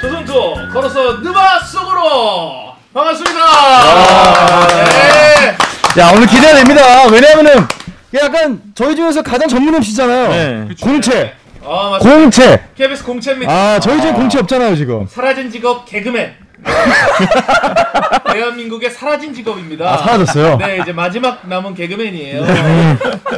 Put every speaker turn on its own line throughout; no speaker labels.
전망토 걸어서沼속으로 반갑습니다. 네.
야 오늘 기대가 됩니다. 왜냐면은 이게 약간 저희 중에서 가장 전문 MC잖아요.
네.
공채,
아 맞습니다.
공채.
KBS 공채입니다.
아 저희 중에 공채 없잖아요 지금.
사라진 직업 개그맨. 대한민국의 사라진 직업입니다.
아 사라졌어요. 네.
네, 이제 마지막 남은 개그맨이에요.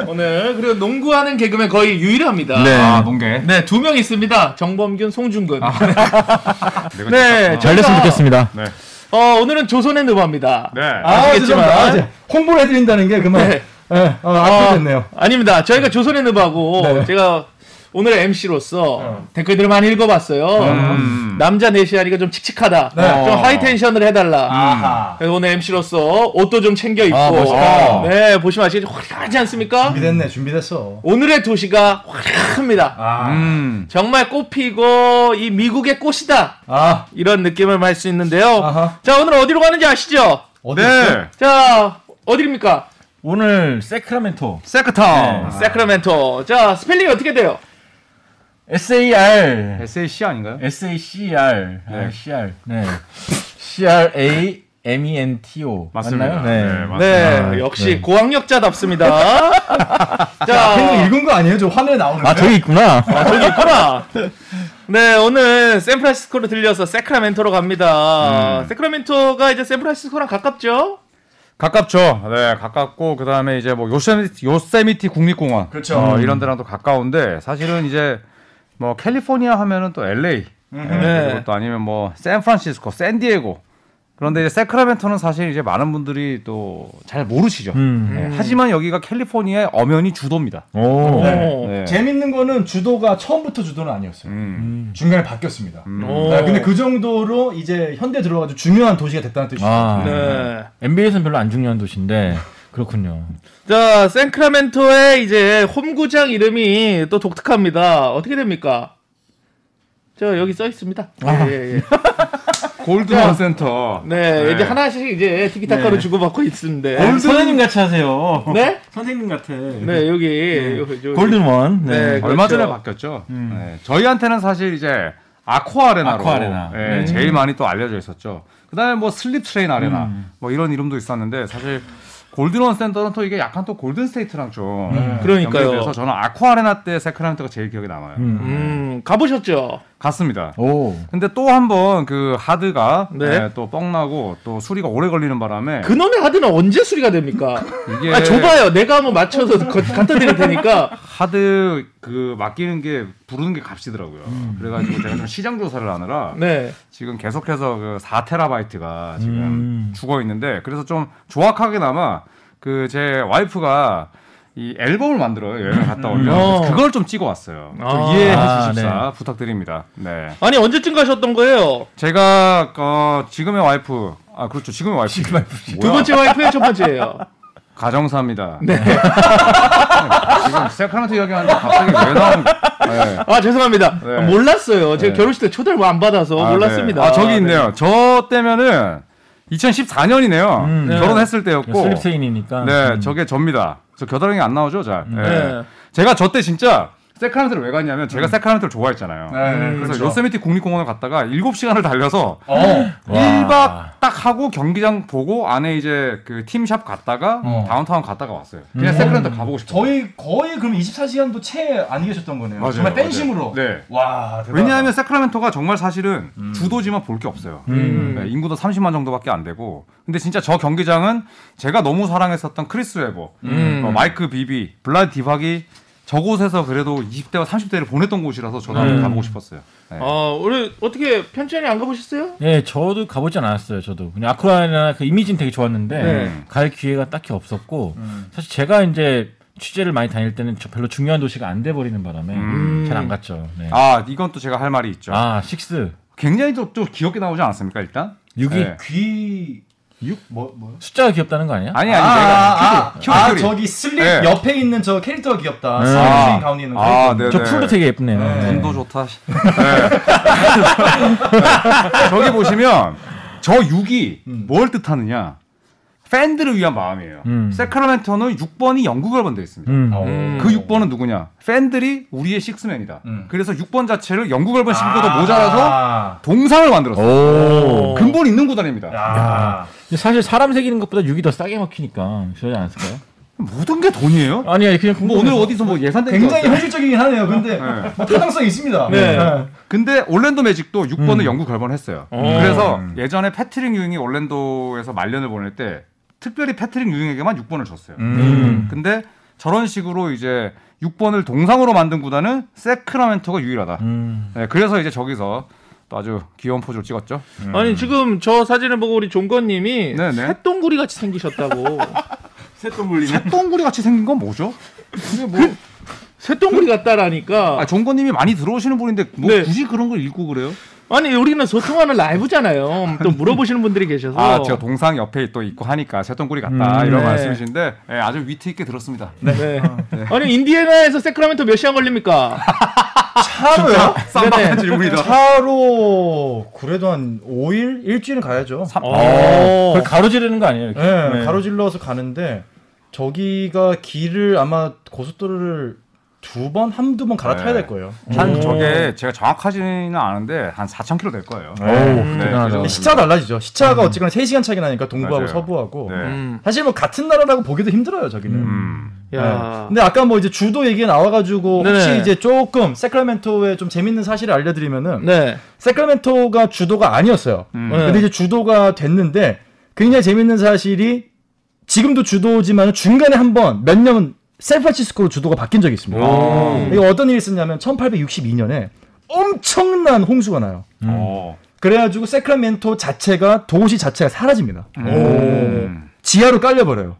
오늘 그리고 농구하는 개그맨 거의 유일합니다.
네.
아, 농계.
네, 두 명 있습니다. 정범균, 송중근.
아, 네.
내가
네,
잘 됐으면
저희가,
좋겠습니다.
네.
어, 오늘은 조선의 누바입니다.
네.
아
아시겠지만.
죄송합니다. 아, 이제 홍보를 해드린다는 게 그만.
네.
네. 어, 아, 됐네요.
아닙니다. 저희가 조선의 누바고
네.
제가 오늘 MC로서 댓글들을 많이 읽어봤어요.
음.
남자 내시아리가 좀 칙칙하다.
네.
좀 하이텐션을 해달라. 음. 그래서 오늘 MC로서 옷도 좀 챙겨 입고.
아, 멋있다.
네, 보시면 아시겠지만 화려하지 않습니까?
준비됐네, 준비됐어.
오늘의 도시가 화려합니다.
아.
음.
정말 꽃피고 이 미국의 꽃이다.
아
이런 느낌을 말 수 있는데요.
아하.
자, 오늘 어디로 가는지 아시죠?
어디? 있어?
네.
자, 어디입니까?
오늘 세크라멘토 네.
세크타운.
세크라멘토. 자, 스펠링이 어떻게 돼요?
SAR
SAC 아닌가요?
SACR 아, CR 네 CRA M E N T O
맞습니다.
맞나요?
맞습니다.
네,
아,
역시
네.
고학력자답습니다.
팬이
자,
읽은 거 아니에요? 저 화면에 나오는.
아 저기 있구나.
아, 저기 있구나. 네, 오늘 샌프란시스코로 들려서 세크라멘토로 갑니다. 세크라멘토가 이제 샌프란시스코랑 가깝죠?
가깝죠. 네, 가깝고 그다음에 이제 뭐 요세미티, 요세미티 국립공원.
그렇죠.
어, 이런 데랑 또 가까운데 사실은 이제 뭐 캘리포니아 하면은 또 LA. 네, 그리고 또 아니면 뭐 샌프란시스코, 샌디에고. 그런데 이제 세크라멘토는 사실 이제 많은 분들이 또 잘 모르시죠. 네, 하지만 여기가 캘리포니아의 엄연히 주도입니다.
어.
오.
네.
네.
재밌는 거는 주도가 처음부터 주도는 아니었어요.
음.
중간에 바뀌었습니다.
오.
아, 근데 그 정도로 이제 현대 들어가서 중요한 도시가 됐다는 뜻이죠.
아
네.
NBA에서는 별로 안 중요한 도시인데 그렇군요.
자, 샌크라멘토의 이제 홈구장 이름이 또 독특합니다. 어떻게 됩니까? 저 여기 써 있습니다. 예, 예, 예.
골드만 센터.
네, 이제 하나씩 이제 티키타카로 주고받고 있는데.
네,
네, 선생님 같이 하세요.
네?
선생님 같아.
네, 여기. 여기, 여기.
골든 원.
네.
네.
얼마
그렇죠.
전에 바뀌었죠. 네, 저희한테는 사실 이제 아쿠아 아레나로
아쿠아 아레나.
예,
음.
제일 많이 또 알려져 있었죠. 그다음에 뭐 슬립 트레인 아레나
음.
뭐 이런 이름도 있었는데 사실 골든원 센터는 또 이게 약간 또 골든 스테이트랑 좀
음. 그러니까요.
그래서 저는 아쿠아 아레나 때 세크라멘토가 제일 기억에 남아요.
음, 가보셨죠?
갔습니다.
오.
근데 또 한 번 그 하드가
네.
예, 또 뻥나고 또 수리가 오래 걸리는 바람에
그놈의 하드는 언제 수리가 됩니까?
이게
아, 줘봐요. 내가 한번 맞춰서 거- 갖다 드릴 테니까.
하드 그 맡기는 게 부르는 게 값이더라고요.
음.
그래가지고 제가 좀 시장 조사를 하느라
네.
지금 계속해서 그 4테라바이트가 지금
음.
죽어 있는데 그래서 좀 정확하게나마 그 제 와이프가 이 앨범을 만들어요 여행을 갔다 오면
어.
그래서 그걸 좀 찍어 왔어요. 좀
아.
이해해
아,
주십사 부탁드립니다. 네,
아니, 언제쯤 가셨던 거예요?
제가 어, 지금의 와이프 아 그렇죠 지금의 와이프
두 번째 와이프의 첫 번째예요.
가정사입니다. 네. 지금 세카노트 이야기하는데 갑자기 왜 나온? 네.
아, 죄송합니다.
네.
몰랐어요. 제가
네.
결혼식 때 초대를 뭐 안 받아서
아,
몰랐습니다.
네. 아 저기 있네요. 저 때면은 2014년이네요.
네.
결혼했을 때였고
슬립 트레인이니까.
네,
음.
저게 접니다. 저 겨드랑이 안 나오죠, 잘.
음.
예.
네.
제가 저 때 진짜 세크라멘토를 왜 갔냐면 제가 세크라멘토를 좋아했잖아요.
음. 네,
그래서 요세미티 국립공원을 갔다가 7시간을 달려서
어.
1박 딱 하고 경기장 보고 안에 이제 그 팀샵 갔다가 다운타운 갔다가 왔어요. 그냥 세크라멘토 가보고 싶어요.
어. 음. 저희 거의 그럼 24시간도 채 안 계셨던 거네요.
맞아요,
정말
맞아요.
팬심으로.
네.
와, 대박.
왜냐하면 세크라멘토가 정말 사실은
음.
주도지만 볼 게 없어요. 네, 인구도 30만 정도밖에 안 되고. 근데 진짜 저 경기장은 제가 너무 사랑했었던 크리스 웨버,
음.
어, 마이크 비비, 블라디 디박이 저곳에서 그래도 20대와 30대를 보냈던 곳이라서 저도
음.
한번 가보고 싶었어요. 네.
아, 우리 어떻게 편찬이 안 가보셨어요?
네, 저도 가보진 않았어요. 저도 그냥 아쿠아나 그 이미지는 되게 좋았는데
네.
갈 기회가 딱히 없었고
음.
사실 제가 이제 취재를 많이 다닐 때는 저- 별로 중요한 도시가 안 돼 버리는 바람에
음.
잘 안 갔죠. 네. 아,
아 이건 또 제가 할 말이 있죠.
아.
식스
굉장히 또, 또 귀엽게 나오지 않았습니까 일단?
6이
네.
귀 6? 뭐 뭐요?
숫자가 귀엽다는 거 아니야?
아니
아,
아니
아,
제가
아,
큐리, 큐리,
아,
큐리.
저기 슬립
네.
옆에 있는 저 캐릭터가 귀엽다. 슬립
아.
트레인 가운데 있는 거.
아, 네.
저 풀도 되게 예쁘네요.
네.
네.
운도 좋다. 네.
음.
네. 저기 보시면 저 6이 뭘 뜻하느냐? 팬들을 위한 마음이에요.
음.
세크라멘토는 6번이 영국을 번돼 있습니다.
음.
음.
그 6번은 누구냐? 팬들이 우리의 식스맨이다.
음.
그래서 6번 자체를 영국 얼번 신고도
아.
모자라서 동상을 만들었어요.
오.
근본 있는 구단입니다.
야.
근데 사실 사람 새기는 것보다 6이 더 싸게 먹히니까 그러지 않았을까요?
모든 게 돈이에요?
아니야 그냥
뭐 오늘 어디서 뭐 예산된 게
굉장히
없어요?
현실적이긴 하네요. 근데
네.
뭐 타당성이 있습니다.
네.
근데 올랜도 매직도 6번을 영국 결번했어요. 그래서 예전에 패트릭 유잉이 올랜도에서 말년을 보낼 때 특별히 패트릭 유잉에게만 6번을 줬어요. 근데 저런 식으로 이제 6번을 동상으로 만든 구단은 세크라멘토가 유일하다.
음.
네, 그래서 이제 저기서 또 아주 귀여운 포즈를 찍었죠.
아니 지금 저 사진을 보고 우리 종건님이
음. 네네.
쇳덩구리 같이 생기셨다고.
새똥물리네.
똥구리 같이 생긴 건 뭐죠? 근데 뭐
쇳덩구리 같다라니까.
아, 종건님이 많이 들어오시는 분인데 뭐
네.
굳이 그런 걸 읽고 그래요?
아니 우리는 소통하는 라이브잖아요. 또 물어보시는 분들이 계셔서.
아, 제가 동상 옆에 또 있고 하니까 새똥구리 같다
음,
이런
네.
말씀이신데 예, 아주 위트 있게 들었습니다.
네. 아니 인디애나에서 세크라멘토 몇 시간 걸립니까?
차로요?
쌈박한 질문이다.
차로 그래도 한 5일? 일주일은 가야죠.
어. 그걸 가로지르는 거 아니에요? 이렇게?
예,
네.
가로질러서 가는데 저기가 길을 아마 고속도로를 두 번, 한두 번 갈아타야
네.
될 거예요.
한 저게 제가 정확하지는 않은데 한 4,000km 될 거예요.
네.
오,
네,
대단하다.
근데 시차가 달라지죠. 시차가 어쨌거나 3시간 차이 나니까 동부하고
음. 맞아요.
서부하고.
네.
음.
사실 뭐 같은 나라라고 보기도 힘들어요, 저기는. 예.
음.
야.
근데 아까 뭐 이제 주도 얘기 나와가지고 혹시
네네.
이제 조금 세크라멘토의 좀 재밌는 사실을 알려드리면은
네.
세크라멘토가 주도가 아니었어요.
음.
네.
근데 이제 주도가 됐는데 굉장히 재밌는 사실이 지금도 주도지만 중간에 한번 몇 년 샌프란시스코로 주도가 바뀐 적이 있습니다. 이거 어떤 일이 있었냐면 1862년에 엄청난 홍수가 나요.
어.
그래가지고 세크라멘토 자체가 도시 자체가 사라집니다.
음.
지하로 깔려버려요.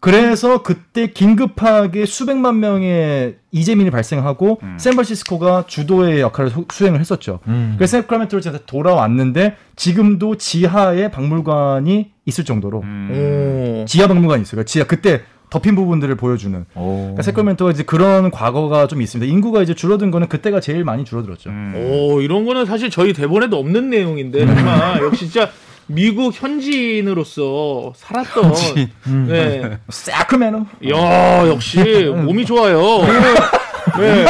그래서 그때 긴급하게 수백만 명의 이재민이 발생하고
음.
샌프란시스코가 주도의 역할을 수- 수행을 했었죠.
음.
그래서 샌프란시스코로 제가 돌아왔는데 지금도 지하에 박물관이 있을 정도로
음.
음.
오.
지하 박물관이 있어요. 그러니까 지하 그때 덮인 부분들을 보여주는.
오.
그러니까 세크라멘토가 이제 그런 과거가 좀 있습니다. 인구가 이제 줄어든 거는 그때가 제일 많이 줄어들었죠.
음. 오 이런 거는 사실 저희 대본에도 없는 내용인데 정말
음.
역시 진짜 미국 현지인으로서 살았던.
음.
네.
세크라멘토.
야 역시 몸이 좋아요.
음.
네.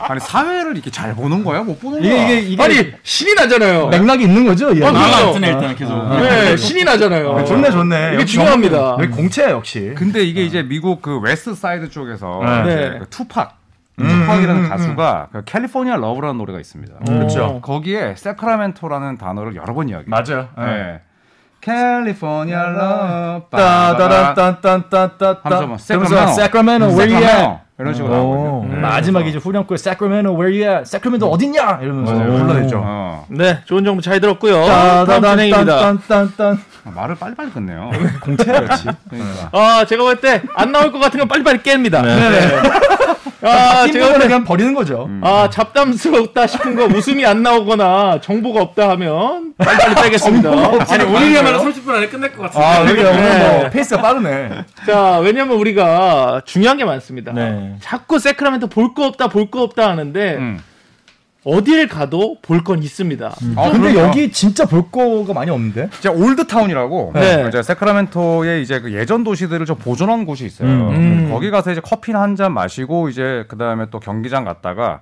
아니 사회를 이렇게 잘 보는 거야? 못 보는 거야?
이게 이게 이게 네.
아니 신이 나잖아요.
맥락이 있는 거죠. 이 안에?
그래요.
아,
일단 네 신이 나잖아요.
좋네 좋네.
이게 중요합니다.
여기 공채 역시.
근데 이게 이제 미국 그 웨스트 사이드 쪽에서
어. 네. 음.
이제
네.
그 투팍 투팍이라는 가수가 그 캘리포니아 러브라는 노래가 있습니다.
그렇죠.
거기에 세크라멘토라는 단어를 여러 번 이야기.
음. 맞아요.
네. 캘리포니아 러브
따다란딴딴딴따따
하면서 뭐,
그러면서
Sacramento.
Sacramento 아, where you at
이런 식으로
오.
나오거든요.
음.
음.
마지막에 이제 후렴구에 Sacramento where you at Sacramento 어딨냐 이러면서 불러내죠
음. 어,
네 좋은 정보 잘 들었고요. 다음 어, 진행입니다.
따다란딴딴딴
말을 빨리빨리 끝내요.
공채 역시
그러니까.
아 제가 볼 때 안 나올 것 같은 건 빨리빨리 깹니다.
네.
아 제가
팀들은 그냥 음. 버리는 거죠
아 잡담스럽다 싶은 거 웃음이 안 나오거나 정보가 없다 하면 빨리빨리 빼겠습니다.
아니 오늘이야말로
30분 안에 끝날 것 같은데.
아 그러게요 오늘 뭐 페이스가 빠르네
자 왜냐면 우리가 중요한 게 많습니다.
네.
자꾸 세크라멘토 볼 거 없다 볼 거 없다 하는데
음.
어딜 가도 볼 건 있습니다.
아,
음. 근데
그럼요.
여기 진짜 볼 거가 많이 없는데
이제 올드 타운이라고
네.
이제 세크라멘토의 이제 그 예전 도시들을 좀 보존한 곳이 있어요.
음.
음. 거기 가서 이제 커피 한 잔 마시고 이제 그 다음에 또 경기장 갔다가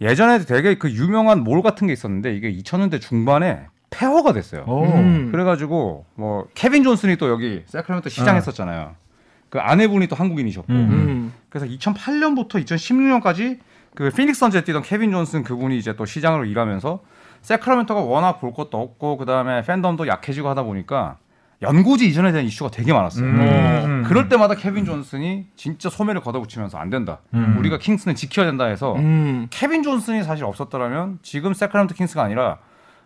예전에 되게 그 유명한 몰 같은 게 있었는데 이게 2000년대 중반에 폐허가 됐어요.
음.
그래가지고 뭐 케빈 존슨이 또 여기 세크라멘토
어.
시장했었잖아요. 그 아내분이 또 한국인이셨고
음.
그래서 2008년부터 2016년까지 그 피닉스 선제 뛰던 케빈 존슨 그분이 이제 또 시장으로 일하면서 세크라멘토가 워낙 볼 것도 없고 그다음에 팬덤도 약해지고 하다 보니까 연고지 이전에 대한 이슈가 되게 많았어요.
음.
어, 그럴 때마다 케빈 존슨이 진짜 소매를 걷어붙이면서 안 된다.
음.
우리가 킹스는 지켜야 된다 해서
음.
케빈 존슨이 사실 없었더라면 지금 세크라멘토 킹스가 아니라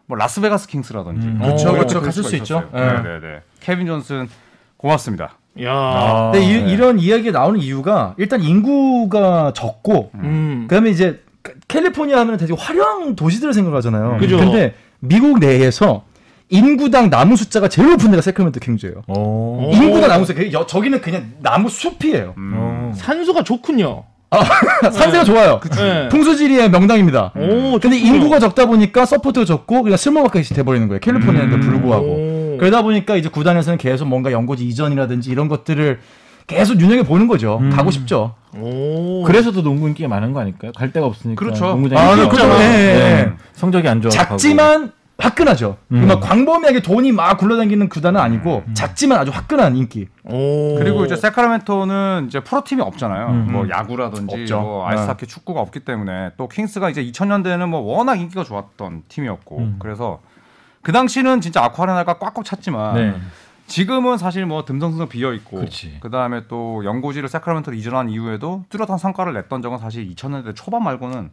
뭐 라스베가스 킹스라든지
음. 그쵸,
뭐 이렇게
그쵸.
될
갔을
수가
수 있죠.
있었어요. 네, 네, 네. 케빈 존슨 고맙습니다.
야.
근데 이, 이런 이야기가 나오는 이유가 일단 인구가 적고
음.
그다음에 이제 캘- 캘리포니아 하면 되게 화려한 도시들을 생각하잖아요.
음. 그죠.
근데 미국 내에서 인구당 나무 숫자가 제일 높은 데가 세크라멘토 킹즈예요.
오.
인구당 나무 숫자 그 여- 저기는 그냥 나무 숲이에요.
음. 산소가 좋군요.
산세가 좋아요. 음.
네.
풍수지리의 명당입니다.
오,
음.
좋군요.
근데 인구가 적다 보니까 서포트가 적고 그냥 쓸모밖에 돼버리는 거예요. 캘리포니아인데 불구하고.
음. 오.
그러다 보니까 이제 구단에서는 계속 뭔가 연고지 이전이라든지 이런 것들을 계속 눈여겨 보는 거죠.
음.
가고 싶죠.
오.
그래서 더 농구 인기가 많은 거 아닐까요? 갈 데가 없으니까.
그렇죠.
농구장이
아, 네,
없죠.
그렇죠. 예, 예.
성적이 안 좋아.
작지만 화끈하죠. 막 광범위하게 돈이 막 굴러다니는 구단은 아니고 작지만 아주 화끈한 인기.
오.
그리고 이제 세크라멘토는 이제 프로 팀이 없잖아요. 뭐 야구라든지
없죠.
뭐 아이스하키, 축구가 없기 때문에 또 킹스가 이제 2000년대에는 뭐 워낙 인기가 좋았던 팀이었고 그래서 그 당시는 진짜 아쿠아레나가 꽉꽉 찼지만
네.
지금은 사실 뭐 듬성듬성 비어 있고
그치.
그 다음에 또 연고지를 세크라멘토로 이전한 이후에도 뚜렷한 성과를 냈던 적은 사실 2000년대 초반 말고는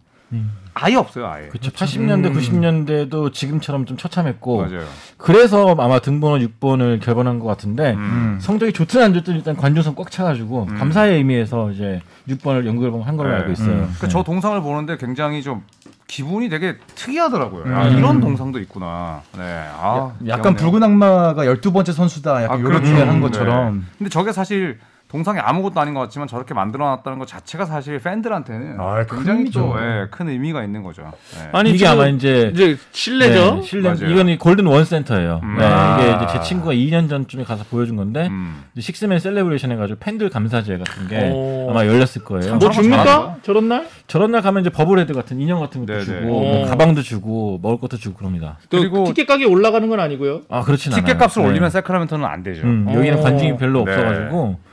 아예 없어요, 아예.
그렇죠. 80년대, 90년대도 지금처럼 좀 처참했고
맞아요.
그래서 아마 등번호 6번을 결번한 것 같은데
음.
성적이 좋든 안 좋든 일단 관중석 꽉 차가지고 감사의 의미에서 이제 6번을 연구 결번 한 걸로
네.
알고
음,
있어요.
그저 동상을 보는데 굉장히 좀 기분이 되게 특이하더라고요. 아,
음.
이런 동상도 있구나. 네. 아,
약간
귀엽네요.
붉은 악마가 12번째 선수다. 약간 이런 얘기를 한
네.
것처럼.
근데 저게 사실 동상에 아무것도 아닌 것 같지만 저렇게 만들어놨다는 것 자체가 사실 팬들한테는
아, 큰
굉장히
의미죠.
또, 예, 큰 의미가 있는 거죠. 예.
아니
이게
지금
아마 이제
이제 실내죠.
네, 실내
맞아요.
이건 이 골든 원 센터예요. 네,
아.
이게 이제 제 친구가 2년 전쯤에 가서 보여준
아,
건데
음.
이제 식스맨 셀레브레이션 해가지고 팬들 감사제 같은 게
오.
아마 열렸을 거예요.
뭐
사람
줍니까?
잘하는구나.
저런 날?
저런 날 가면 이제 버블헤드 같은 인형 같은 것도
네네.
주고 뭐
오.
가방도 주고 먹을 것도 주고 그럽니다.
또
그리고-
티켓 가게 올라가는 건 아니고요.
아 그렇진 않아요.
티켓 값을
네.
올리면 세크라멘토는 안 되죠.
음, 여기는
오.
관중이 별로
네.
없어가지고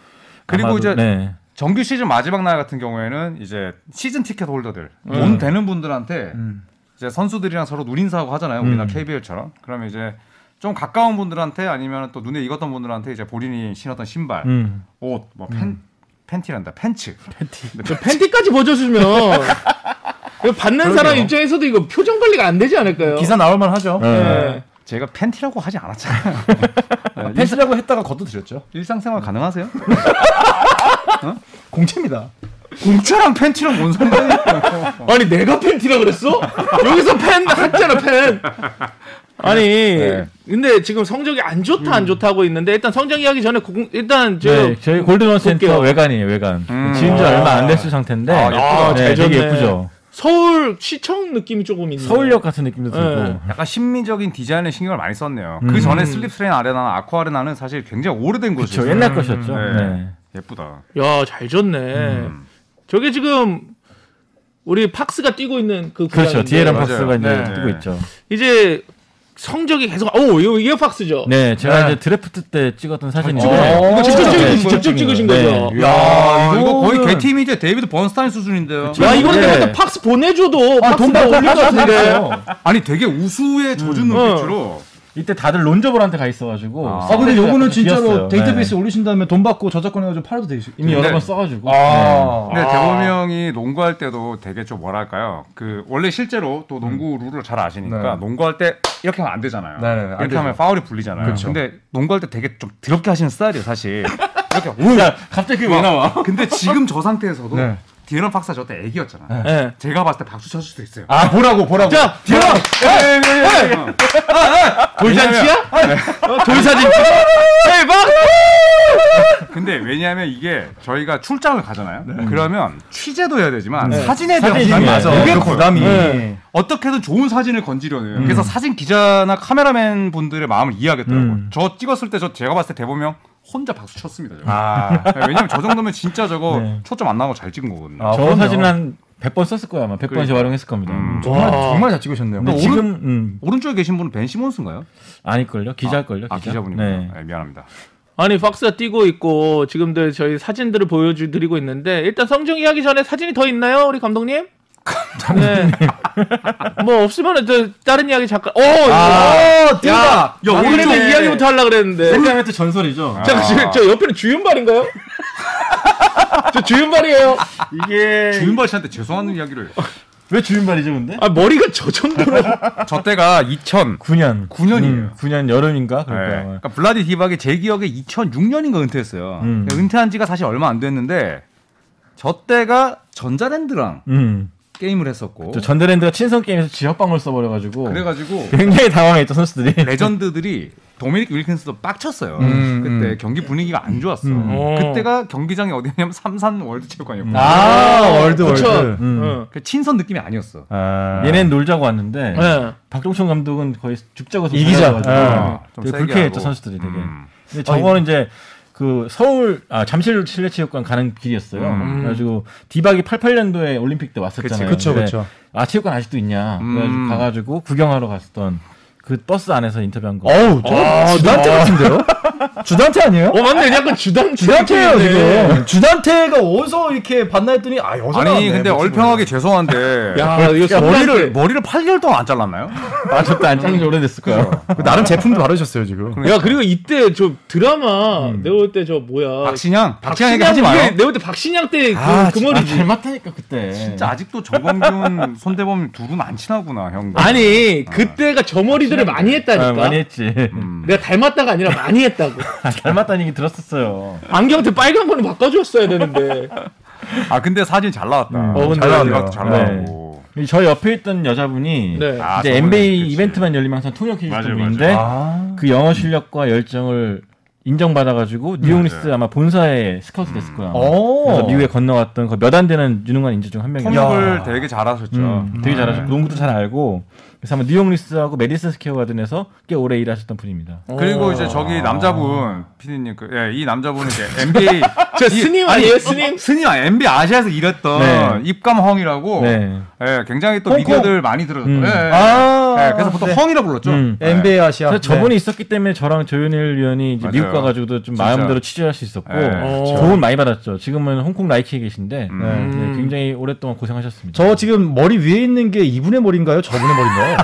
그리고
아마도-
이제
네.
정규 시즌 마지막 날 같은 경우에는 이제 시즌 티켓 홀더들
음.
돈 되는 분들한테 이제 선수들이랑 서로 눈인사하고 하잖아요. 우리나라
음.
KBL처럼. 그러면 이제 좀 가까운 분들한테 아니면 또 눈에 익었던 분들한테 이제 본인이 신었던 신발,
음.
옷, 뭐 팬, 팬티란다, 팬츠. 팬티.
저 팬티까지 벗어주면 이거 받는 사람 입장에서도 이거 표정 관리가 안 되지 않을까요?
기사 나올 만 하죠.
네.
제가 팬티라고 하지 않았잖아요.
팬츠라고 했다가 걷어드렸죠.
일상생활 가능하세요?
공채입니다.
공짜랑 팬티랑 뭔 상관이에요?
아니 내가 팬티라 그랬어? 여기서 팬 했잖아 팬. 아니 근데 지금 성적이 안 좋다 안 좋다 하고 있는데 일단 성적 이야기 전에 공- 일단 저
네, 저희 골든원 센터
볼게요.
외관이에요, 외관.
음.
지은 지 얼마 안 됐을 상태인데.
아, 예쁘다.
잘
네,
졌네.
되게 예쁘죠.
서울 시청 느낌이 조금 있는.
서울역 같은 느낌도 들고.
네.
약간 신미적인 디자인에 신경을 많이 썼네요.
음.
그 전에 슬립스레인 아레나나 아쿠아레나는 사실 굉장히 오래된 곳이죠.
저 그렇죠. 옛날 것이었죠.
네.
네.
예쁘다.
야잘 졌네. 저게 지금 우리 팍스가 뛰고 있는 그
그렇죠.
구장인데
디에란
맞아요.
박스가 이제
네.
뜨고 있죠.
이제 성적이 계속 오 이거 이게 팍스죠.
네, 제가
네.
이제 드래프트 때 찍었던 사진인데.
찍었어요? 이거
직접
어,
찍으신
네,
거예요? 직접 찍으신 거죠.
네.
야, 이거 거의
이거는-
개팀이 이제 데이비드 번스타인 수준인데요.
야 이거는
네.
내가 그때 팍스 보내줘도
아,
팍스 아, 돈 올릴 것 같은데.
아니 되게 우수에
음.
젖은 눈빛으로
네.
이때 다들 론저볼한테 가 있어가지고.
아.
아, 근데 요거는 진짜로
비었어요. 네.
데이터베이스 올리신 다음에 돈 받고 저작권 해가지고 팔아도 네. 되죠.
이미 여러
네.
번 써가지고.
아.
근데 네, 대범이 형이 농구할 때도 되게 좀 뭐랄까요? 그 원래 실제로 또 농구 룰을 잘 아시니까
음. 네.
농구할 때 이렇게 하면 안 되잖아요.
네, 네, 안
이렇게
되죠.
하면 파울이 불리잖아요.
그렇죠.
근데 농구할 때 되게 좀 드럽게 하시는 스타일이에요, 사실. 이렇게
네. 야, 갑자기 왜 나와?
근데 지금 저 상태에서도
네.
디에런 박사 저때 애기였잖아요.
예.
제가 봤을 때 박수 쳤을 수도 있어요.
아, 보라고, 보라고.
자
디에런!
돌잔치야? 어, 돌사진 찍어? 대박!
근데 왜냐하면 이게 저희가 출장을 가잖아요. 그러면 취재도 해야 되지만 사진에 대한
사진이
부담이
맞아.
되게
이게
커요. 네.
부담이.
어떻게든 좋은 사진을 건지려는. 그래서 사진 기자나 카메라맨 분들의 마음을 이해하겠더라고요. 저 찍었을 때 저 제가 봤을 때 대보면 혼자 박수 쳤습니다. 저거.
아,
네, 왜냐면 저 정도면 진짜 저거
네.
초점 안 나온 거 잘 찍은 거거든요.
아,
저
그럼요.
사진 한 100번 썼을 거야, 아마. 100번 재활용했을 겁니다.
음.
정말, 정말 잘 찍으셨네요.
근데
오른-
지금, 음,
오른쪽에 계신 분은 벤 시몬스인가요?
아닐걸요? 기자일걸요?
아, 기자분이군요.
네.
네, 미안합니다.
아니 박스가 뛰고 있고 지금들 저희 사진들을 보여드리고 있는데 일단 성적 이야기 전에 사진이 더 있나요 우리 감독님? 감독님. 뭐 없으면 저 다른 이야기 잠깐. 오.
아,
야,
뛴다!
야 오늘
맞네.
이야기부터 하려 그랬는데.
세크라멘트 전설이죠.
잠깐 지금 저 옆에는 주윤발인가요? 저 주윤발이에요.
이게
주윤발 씨한테 죄송한 이야기를.
왜 주인발이죠, 근데?
아 머리가 저 정도로.
저 때가 2000.
9년.
9년이에요.
9년 음, 여름인가? 그럴
네.
거야. 아마.
그러니까 블라디 디박이 제 기억에 2006년인가 은퇴했어요.
음.
은퇴한 지가 사실 얼마 안 됐는데 저 때가 전자랜드랑
음.
게임을 했었고
저 전자랜드가 친선 게임에서 지역방을 써버려가지고
어. 그래가지고
굉장히 당황했죠 선수들이.
레전드들이 도미닉 윌킨스도 빡쳤어요.
음,
그때 경기 분위기가 안 좋았어.
어.
그때가 경기장이 어디냐면 삼산 월드체육관이었고
아, 월드
그쵸.
월드.
응.
그 친선 느낌이 아니었어.
아.
음. 얘넨 놀자고 왔는데
네.
박종천 감독은 거의 죽자고
이기자. 아.
달려가지고
어. 좀
되게
세게
불쾌했죠
하고.
선수들이 되게.
음.
근데 저거는 이제 그 서울 아 잠실 실내체육관 가는 길이었어요.
음.
그래가지고 디박이 88년도에 올림픽 때 왔었잖아요.
그치, 그쵸,
근데
그쵸.
아 체육관 아직도 있냐? 그래가지고
음.
가가지고 구경하러 갔었던 그 버스 안에서 인터뷰한 거.
어우, 저 주단태 같은데요? 주단태 아니에요?
어 맞네 약간 주담 네.
주단태예요 지금. 주단태가 어디서 이렇게 봤나 했더니 아 여자
아니
나왔네,
근데
멋지고.
얼평하게 죄송한데
야 이거
머리를 머리를 8개월 동안 안 잘랐나요?
아 저도 안 짠지 오래됐을 거예요. 아,
뭐. 나름 제품도 바르셨어요 지금.
야 그리고 이때 저 드라마 내가 볼 때 저 뭐야
박신양
어,
박신양
박신양
얘기 하지
그게
마요. 네.
내가 볼 때 박신양 때그
아,
그
진- 아,
머리지.
잘 맞다니까 그때.
진짜 아직도 정범균 손대범 둘은 안 친하구나 형들.
아니 그때가 저 머리들을 많이 했다니까.
아, 많이 했지.
음.
내가 닮았다가 아니라 많이 했다고.
아, 닮았다는 얘기 들었었어요.
안경한테 빨간 거는 바꿔줬어야 되는데.
아 근데 사진 잘 나왔다.
어, 근데
잘
그래요.
나왔다. 잘
네.
나왔고.
이 저희 옆에 있던 여자분이
네.
음. 아,
이제
저분은
NBA
그치.
이벤트만 열리면 항상 통역해
맞아요,
주던 분인데 그 영어 실력과 열정을 인정받아가지고 뉴욕리스 아마 본사에 스카우트 됐을 거야. 아마.
어.
그래서 미국에 건너갔던 몇 안 되는 유능한 인재 중 한 명이야.
통역을 되게 잘하셨죠.
음, 되게 잘하셨고 농구도 잘 알고 그래서 아마 뉴욕리스하고 메디슨 스퀘어 가든에서 꽤 오래 일하셨던 분입니다.
그리고 이제 저기 남자분 피디님 그, 예, 이 남자분은 이제 NBA
저 스님 아니에요 스님?
스님 아니, NBA 아시아에서 일했던
네.
입감헝이라고
네.
예, 굉장히 또
홍콩.
미디어들 많이 들어줬던
음.
예, 예,
아.
예, 그래서 보통
네.
헝이라 불렀죠.
음.
예.
NBA 아시아. 네.
그래서 저분이 있었기 때문에 저랑 조현일 위원이 이제
맞아요.
미국 가가지고도 좀
진짜.
마음대로 취재할 수 있었고
네.
도움 많이 받았죠. 지금은 홍콩 나이키에 계신데 네, 굉장히 오랫동안 고생하셨습니다.
저 지금 머리 위에 있는 게 이분의 머리인가요? 저분의 머리인가요?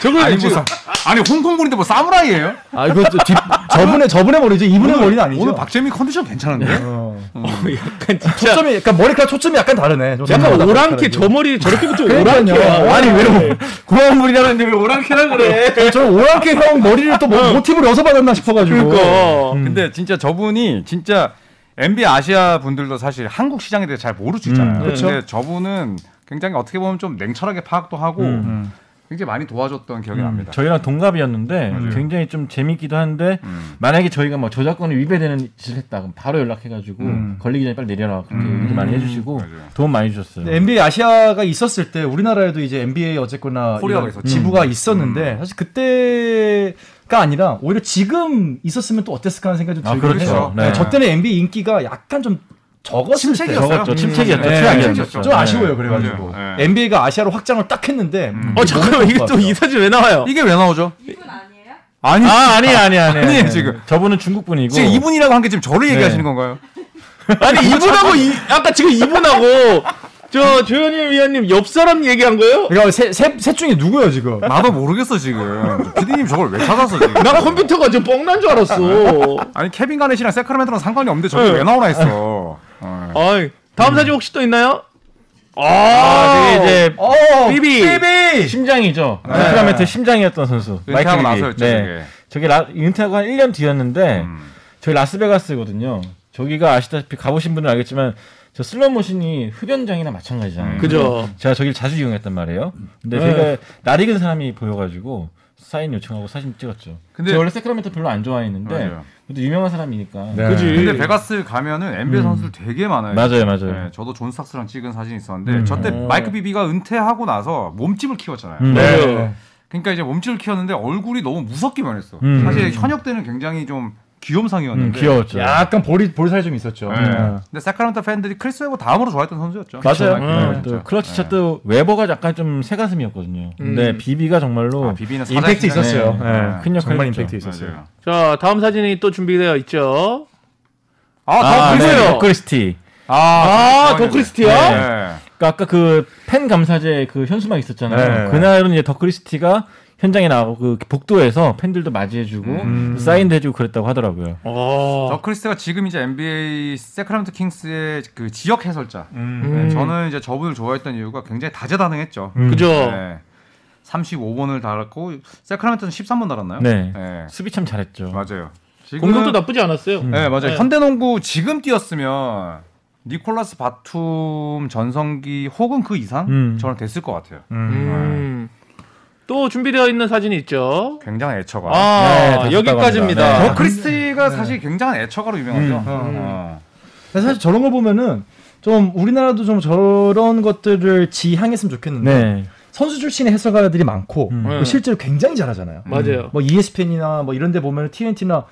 저걸
아니
지금
무슨 아니 홍콩 분인데 뭐 사무라이예요?
아 이거 저, 뒷, 저분의 저분의 머리죠. 이분의 머리는 아니죠.
오늘 박재민 컨디션 괜찮은데?
어.
약간 진짜
초점이 약간 머리카락 초점이 약간 다르네.
약간 오랑캐 저 머리 저렇게부터 오랑캐.
아니 왜
고마운 분이라는데 왜 오랑캐라 그래?
저 오랑캐 형 머리를 또 뭐, 모티브를 어디서 받았나 싶어가지고.
그러니까.
근데 진짜 저분이 진짜 NBA 아시아 분들도 사실 한국 시장에 대해 잘 모르시잖아요.
그쵸.
근데 저분은 굉장히 어떻게 보면 좀 냉철하게 파악도 하고 음. 굉장히 많이 도와줬던 기억이 납니다.
저희랑 동갑이었는데 굉장히 좀 재밌기도 한데 만약에 저희가 뭐 저작권에 위배되는 짓을 했다 그럼 바로 연락해가지고 걸리기 전에 빨리 내려라 그렇게 얘기도 많이 해주시고 도움 많이 주셨어요.
근데 네, NBA 아시아가 있었을 때 우리나라에도 이제 NBA 어쨌거나
코리아가
이런
있었죠. 음.
지부가 있었는데 사실 그때가 아니라 오히려 지금 있었으면 또 어땠을까 하는 생각이 좀
아,
들긴
그렇죠.
해요.
네.
저 때는 NBA 인기가 약간 좀 적었을 때
침체기였어요.
적었죠.
음.
침체기였죠.
네.
최악이었죠.
좀
네.
아쉬워요 그래가지고
맞아요. 네. 음.
NBA가 아시아로 확장을 딱 했는데
어 잠깐만 이게 또 이 사진 왜 나와요?
이게 왜 나오죠?
이분 아니에요?
아니
아 아니 아니 아니
아니에요, 지금.
저분은 중국 분이고
지금 이분이라고 한 게 지금 저를 얘기하시는
네.
건가요?
아니 이분하고 이, 아까 지금 이분하고 저 조현일 위원님 옆 사람 얘기한 거예요?
그러니까 셋, 셋, 셋 중에 누구예요 지금?
나도 모르겠어 지금. 피디님 저걸 왜 찾았어 지금?
나 컴퓨터가 저 뻥난 줄 알았어.
아니 케빈 가넷이랑 세크라멘토랑 상관이 없는데 저게 왜 나오나 했어. 어.
아이 다음 사진 혹시 또 있나요?
아, 되게 이제
어,
삐비.
심장이죠. 크라멘트 심장이었던 선수.
은퇴하고
마이클 리기.
나서였죠, 그게.
저게 라, 은퇴하고 한 1년 뒤였는데 저희 라스베가스거든요. 저기가 아시다시피 가보신 분은 알겠지만 저 슬롯머신이 흡연장이나 마찬가지잖아요.
그죠.
제가 저길 자주 이용했단 말이에요. 근데
네.
제가 날 익은 사람이 보여가지고 사인 요청하고 사진 찍었죠.
근데-
근데 원래 세크라멘토 별로 안 좋아했는데
맞아요.
그래도 유명한 사람이니까.
네.
그지.
근데 베가스 가면은 NBA 선수들 되게 많아요.
맞아요, 음, 맞아요.
네, 저도 존 스탁스랑 찍은 사진이 있었는데 저때 마이크 비비가 은퇴하고 나서 몸집을 키웠잖아요.
음.
네. 맞아요.
그러니까 이제 몸집을 키웠는데 얼굴이 너무 무섭게 변했어.
음.
사실 현역 때는 굉장히 좀 귀염상이었는데.
음, 귀여웠죠.
약간 볼이 볼살 좀 있었죠.
네.
음.
근데 사카란타 팬들이 크리스 웨버 다음으로 좋아했던 선수였죠. 그렇죠?
맞아요.
음.
마이크 비비가
또
진짜.
클러치 차도 웨버가 약간 좀 새가슴이었거든요. 근데
음.
비비가 정말로
아, 비비는 사자
임팩트
시장에-
있었어요. 네.
네.
큰 역할을
정말
했죠.
임팩트 있었어요.
맞아요.
자 다음 사진이 또 준비되어 있죠.
아, 더
아,
크리스예요.
네, 크리스티.
아,
아,
더 크리스티요?
네.
그러니까 아까 그 팬 감사제 그 현수막 있었잖아요.
네.
그날은 이제 더 크리스티가 현장에 나가고 그 복도에서 팬들도 맞이해주고
음.
사인도 해주고 그랬다고 하더라고요.
어.
더 크리스가 지금 이제 NBA 세크라멘토 킹스의 그 지역 해설자. 네, 저는 이제 저분을 좋아했던 이유가 굉장히 다재다능했죠.
음. 그죠.
네. 35번을 달았고 세크라멘토는 13번 달았나요?
네.
네.
수비 참 잘했죠.
맞아요. 지금은- 음.
공격도 나쁘지 않았어요.
네, 맞아요.
네.
현대농구 지금 뛰었으면 니콜라스 바툼 전성기 혹은 그 이상
음.
저는 됐을 것 같아요.
음. 또 준비되어 있는 사진이 있죠.
굉장한 애처가.
네,
아 음. 네.
다
여기까지입니다.
저 크리스티가 사실 굉장한 애처가로 유명하죠.
음.
어.
근데 사실 저런 거 보면은 좀 우리나라도 좀 저런 것들을 지향했으면 좋겠는데
네.
선수 출신의 해설가들이 많고
음.
그리고 실제로 굉장히 잘하잖아요.
맞아요.
뭐 ESPN이나 뭐 이런 데 보면 TNT나